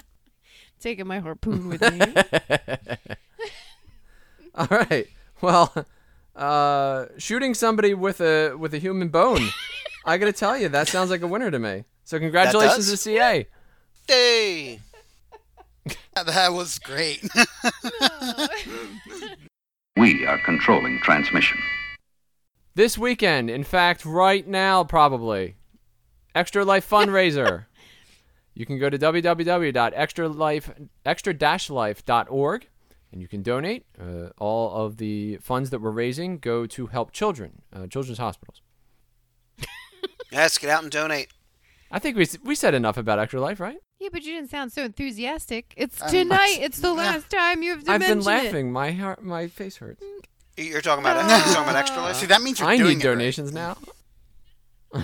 S3: Taking my harpoon with me.
S1: All right. Well, uh, shooting somebody with a with a human bone, I gotta tell you, that sounds like a winner to me. So congratulations to
S7: does?
S1: CA.
S7: Yay!
S2: that was great.
S4: We are controlling transmission.
S1: This weekend, in fact, right now, probably. Extra Life fundraiser. you can go to www.extralife extra-life.org and you can donate. Uh, all of the funds that we're raising go to help children, uh, children's hospitals.
S7: Yes, get out and donate.
S1: I think we s- we said enough about Extra Life, right?
S3: yeah, but you didn't sound so enthusiastic. It's
S2: I'm-
S3: tonight. It's the last time you have to
S1: I've
S3: mention
S1: been laughing. My heart, my face hurts.
S7: You're talking about you're talking about extra life.
S2: See, that means you're
S1: I
S2: doing
S1: need
S2: it right.
S1: donations now.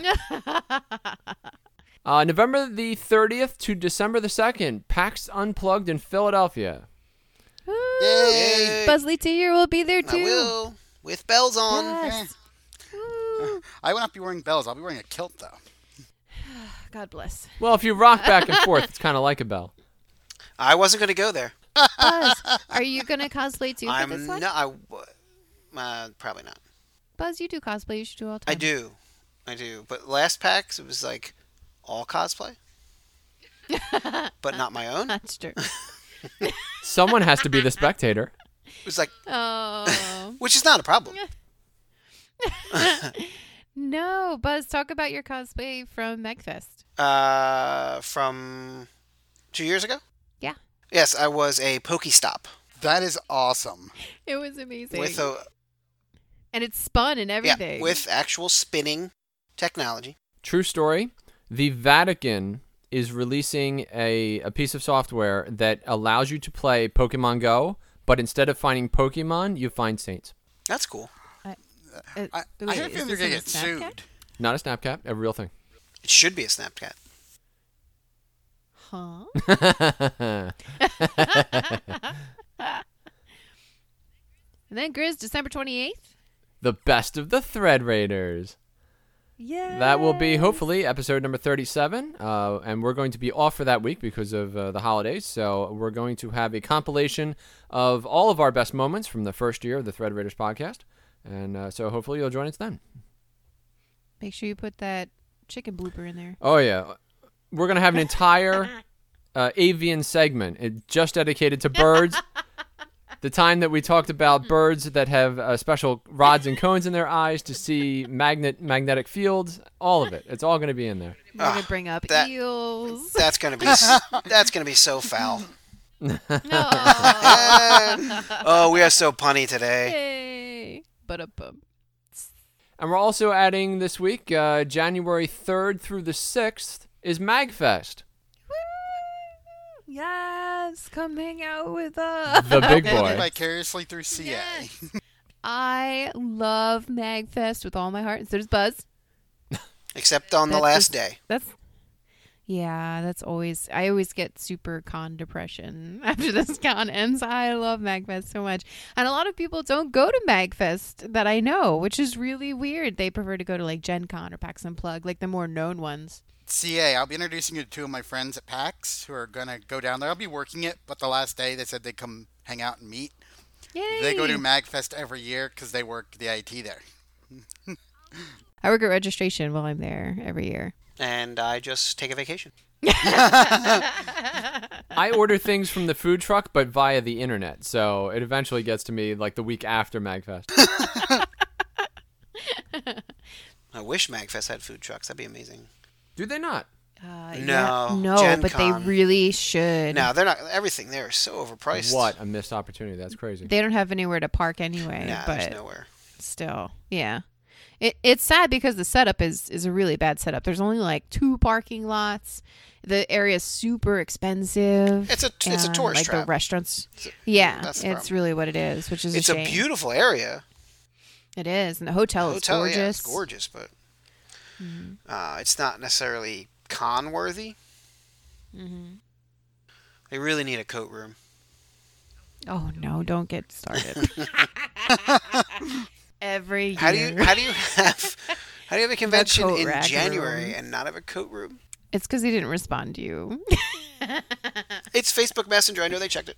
S1: uh, November the 30th to December the 2nd, PAX Unplugged in Philadelphia.
S3: it.
S7: Yay!
S3: Buzzley Tier will be there
S7: I
S3: too.
S7: will with bells on.
S3: Yes. Woo.
S2: I will not be wearing bells. I'll be wearing a kilt though.
S3: God bless.
S1: Well, if you rock back and forth, it's kind of like a bell.
S7: I wasn't going to go there.
S3: Buzz, are you gonna cosplay too for
S7: I'm
S3: this one?
S7: not. I w- uh, probably not.
S3: Buzz, you do cosplay. You should do all the time.
S7: I do, I do. But last packs, it was like all cosplay. but not my own. It
S3: That's true.
S1: Someone has to be the spectator.
S7: was like,
S3: Oh.
S7: which is not a problem.
S3: no, Buzz, talk about your cosplay from Megfest.
S7: Uh, from two years ago.
S3: Yeah.
S7: Yes, I was a Pokestop
S2: That is awesome.
S3: It was amazing.
S7: with a
S3: and it's spun and everything.
S7: yeah, with actual spinning technology.
S1: True story. The Vatican is releasing a, a piece of software that allows you to play Pokemon Go, but instead of finding Pokemon, you find saints.
S7: That's cool.
S3: Uh,
S2: I,
S3: wait,
S2: I have a
S3: is
S2: feeling they're
S3: this
S2: gonna
S3: in
S2: get
S3: the Snapchat?
S2: sued.
S1: Not a Snapcap, a real thing.
S7: It should be a Snapchat.
S3: Huh? and then Grizz, December 28th.
S1: the best of the Thread Raiders.
S3: Yeah.
S1: That will be hopefully episode number 37. Uh, and we're going to be off for that week because of uh, the holidays. So we're going to have a compilation of all of our best moments from the first year of the Thread Raiders podcast. And uh, so hopefully you'll join us then.
S3: Make sure you put that chicken blooper in there.
S1: Oh, yeah. We're going to have an entire uh, avian segment uh, just dedicated to birds. the time that we talked about birds that have uh, special rods and cones in their eyes to see magnet magnetic fields, all of it. It's all going to be in there.
S3: We're gonna bring up
S7: Ah, that-
S3: eels.
S7: That's gonna be s- that's gonna be so foul.
S3: No.
S7: Oh, we are so punny today.
S3: Yay. But up. um,
S1: And we're also adding this week, uh, January 3rd through the 6th, is MagFest.
S3: Yes, come hang out with us.
S1: The big
S2: Living
S1: boy.
S2: vicariously through CA.
S3: Yes. I love Magfest with all my heart. And so does Buzz.
S7: Except on the
S3: That's just-
S7: last day.
S3: That's yeah. That's always I always get super con depression after this con ends. I love Magfest so much, and a lot of people don't go to Magfest that I know, which is really weird. They prefer to go to like Gen Con or PAX Unplugged, like the more known ones.
S2: CA, I'll be introducing you to two of my friends at PAX who are going to go down there. I'll be working it, but the last day they said they'd come hang out and meet.
S3: Yay!
S2: They go to MagFest every year because they work the IT there.
S3: I work at registration while I'm there every year.
S7: And I just take a vacation.
S1: I order things from the food truck, but via the internet. So it eventually gets to me like the week after MagFest.
S7: I wish Magfest had food trucks. That'd be amazing.
S1: Do they not?
S3: Uh,
S7: No,
S3: no,
S7: Gen
S3: but
S7: Con.
S3: they really should.
S7: No, they're not. Everything there is so overpriced.
S1: What a missed opportunity. That's crazy.
S3: They don't have anywhere to park anyway.
S7: Nah,
S3: but
S7: there's nowhere.
S3: still yeah it, it's sad because the setup is is a really bad setup there's only like two parking lots the area is super expensive
S7: It's a- it's a
S3: and,
S7: tourist
S3: like
S7: trap.
S3: the restaurants yeah
S7: that's the
S3: it's
S7: problem.
S3: really what it is which is
S7: It's
S3: a,
S7: a
S3: shame.
S7: beautiful area.
S3: it is and the hotel,
S7: Hotel,
S3: is gorgeous Mm-hmm.
S7: yeah, it's gorgeous, but uh, it's not necessarily con worthy. Mm-hmm.
S3: Mm-hmm.
S7: They really need a coat room.
S3: oh no don't get started every year
S7: How do you how do you have how do you have a convention
S3: coat
S7: in
S3: rack
S7: January
S3: room.
S7: and not have a coat room?
S3: it's because he didn't respond to you
S7: It's Facebook Messenger. I know they checked it.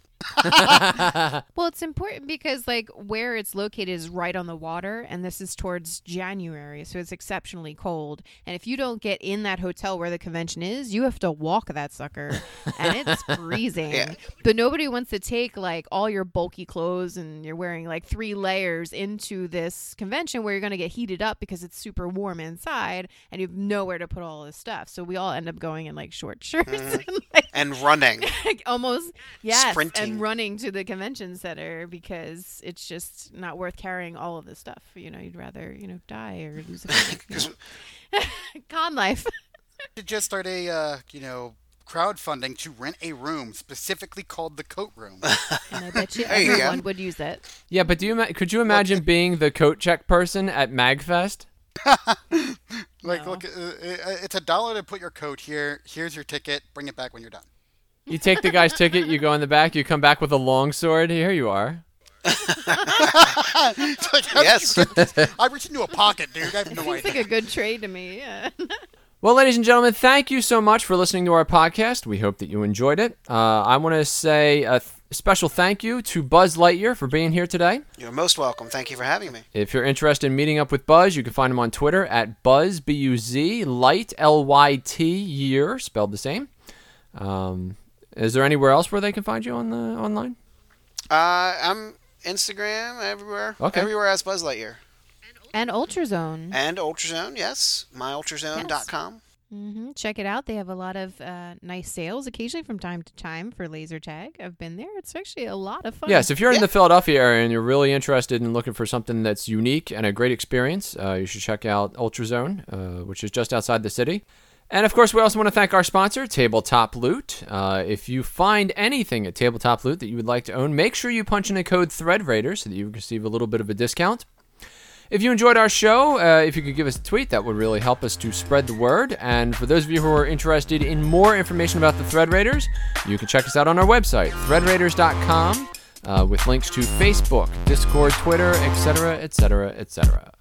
S3: Well, it's important because like where it's located is right on the water and this is towards January, so it's exceptionally cold. And if you don't get in that hotel where the convention is, you have to walk that sucker and it's freezing.
S7: Yeah.
S3: But nobody wants to take like all your bulky clothes and you're wearing like three layers into this convention where you're going to get heated up because it's super warm inside and you have nowhere to put all this stuff. So we all end up going in like short shirts and like
S7: And running.
S3: like almost yes
S7: Sprinting.
S3: and running to the convention center because it's just not worth carrying all of this stuff you know you'd rather you know die or lose a leg, you know? con life
S2: should just start a, uh, you know, crowdfunding to rent a room specifically called the coat room.
S3: and i bet you
S7: There you go.
S3: everyone would use it
S1: Yeah, but do you ima- could you imagine being the coat check person at MagFest?
S2: like, look, uh, uh, it's a dollar to put your coat here. Here's your ticket. Bring it back when you're done.
S1: You take the guy's ticket, you go in the back, you come back with a long sword. Here you are.
S2: It's like, how did
S7: Yes.
S2: you get this? I reached into a pocket, dude. I have no
S3: it's like
S2: idea.
S3: a good trade to me yeah
S1: Well, ladies and gentlemen, thank you so much for listening to our podcast. We hope that you enjoyed it. Uh, I want to say a th- special thank you to Buzz Lightyear for being here today.
S7: You're most welcome. Thank you for having me.
S1: If you're interested in meeting up with Buzz, you can find him on Twitter at Buzz B U Z Light L Y T Year, spelled the same. Um, is there anywhere else where they can find you on the online?
S7: Uh, I'm Instagram everywhere.
S1: Okay.
S7: Everywhere as Buzz Lightyear.
S3: And Ultrazone.
S7: And Ultrazone, yes. MyUltrazone.com.
S3: hmm Check it out. They have a lot of uh, nice sales occasionally from time to time for laser tag. I've been there. It's actually a lot of fun.
S1: Yes, if you're in
S7: Yeah.
S1: the Philadelphia area and you're really interested in looking for something that's unique and a great experience, uh, you should check out Ultrazone, uh, which is just outside the city. And of course, we also want to thank our sponsor, Tabletop Loot. Uh, if you find anything at Tabletop Loot that you would like to own, make sure you punch in the code ThreadRaider so that you receive a little bit of a discount. If you enjoyed our show, uh, if you could give us a tweet, that would really help us to spread the word. And for those of you who are interested in more information about the Thread Raiders, you can check us out on our website, threadraiders.com, uh, with links to Facebook, Discord, Twitter, etc., etc., etc.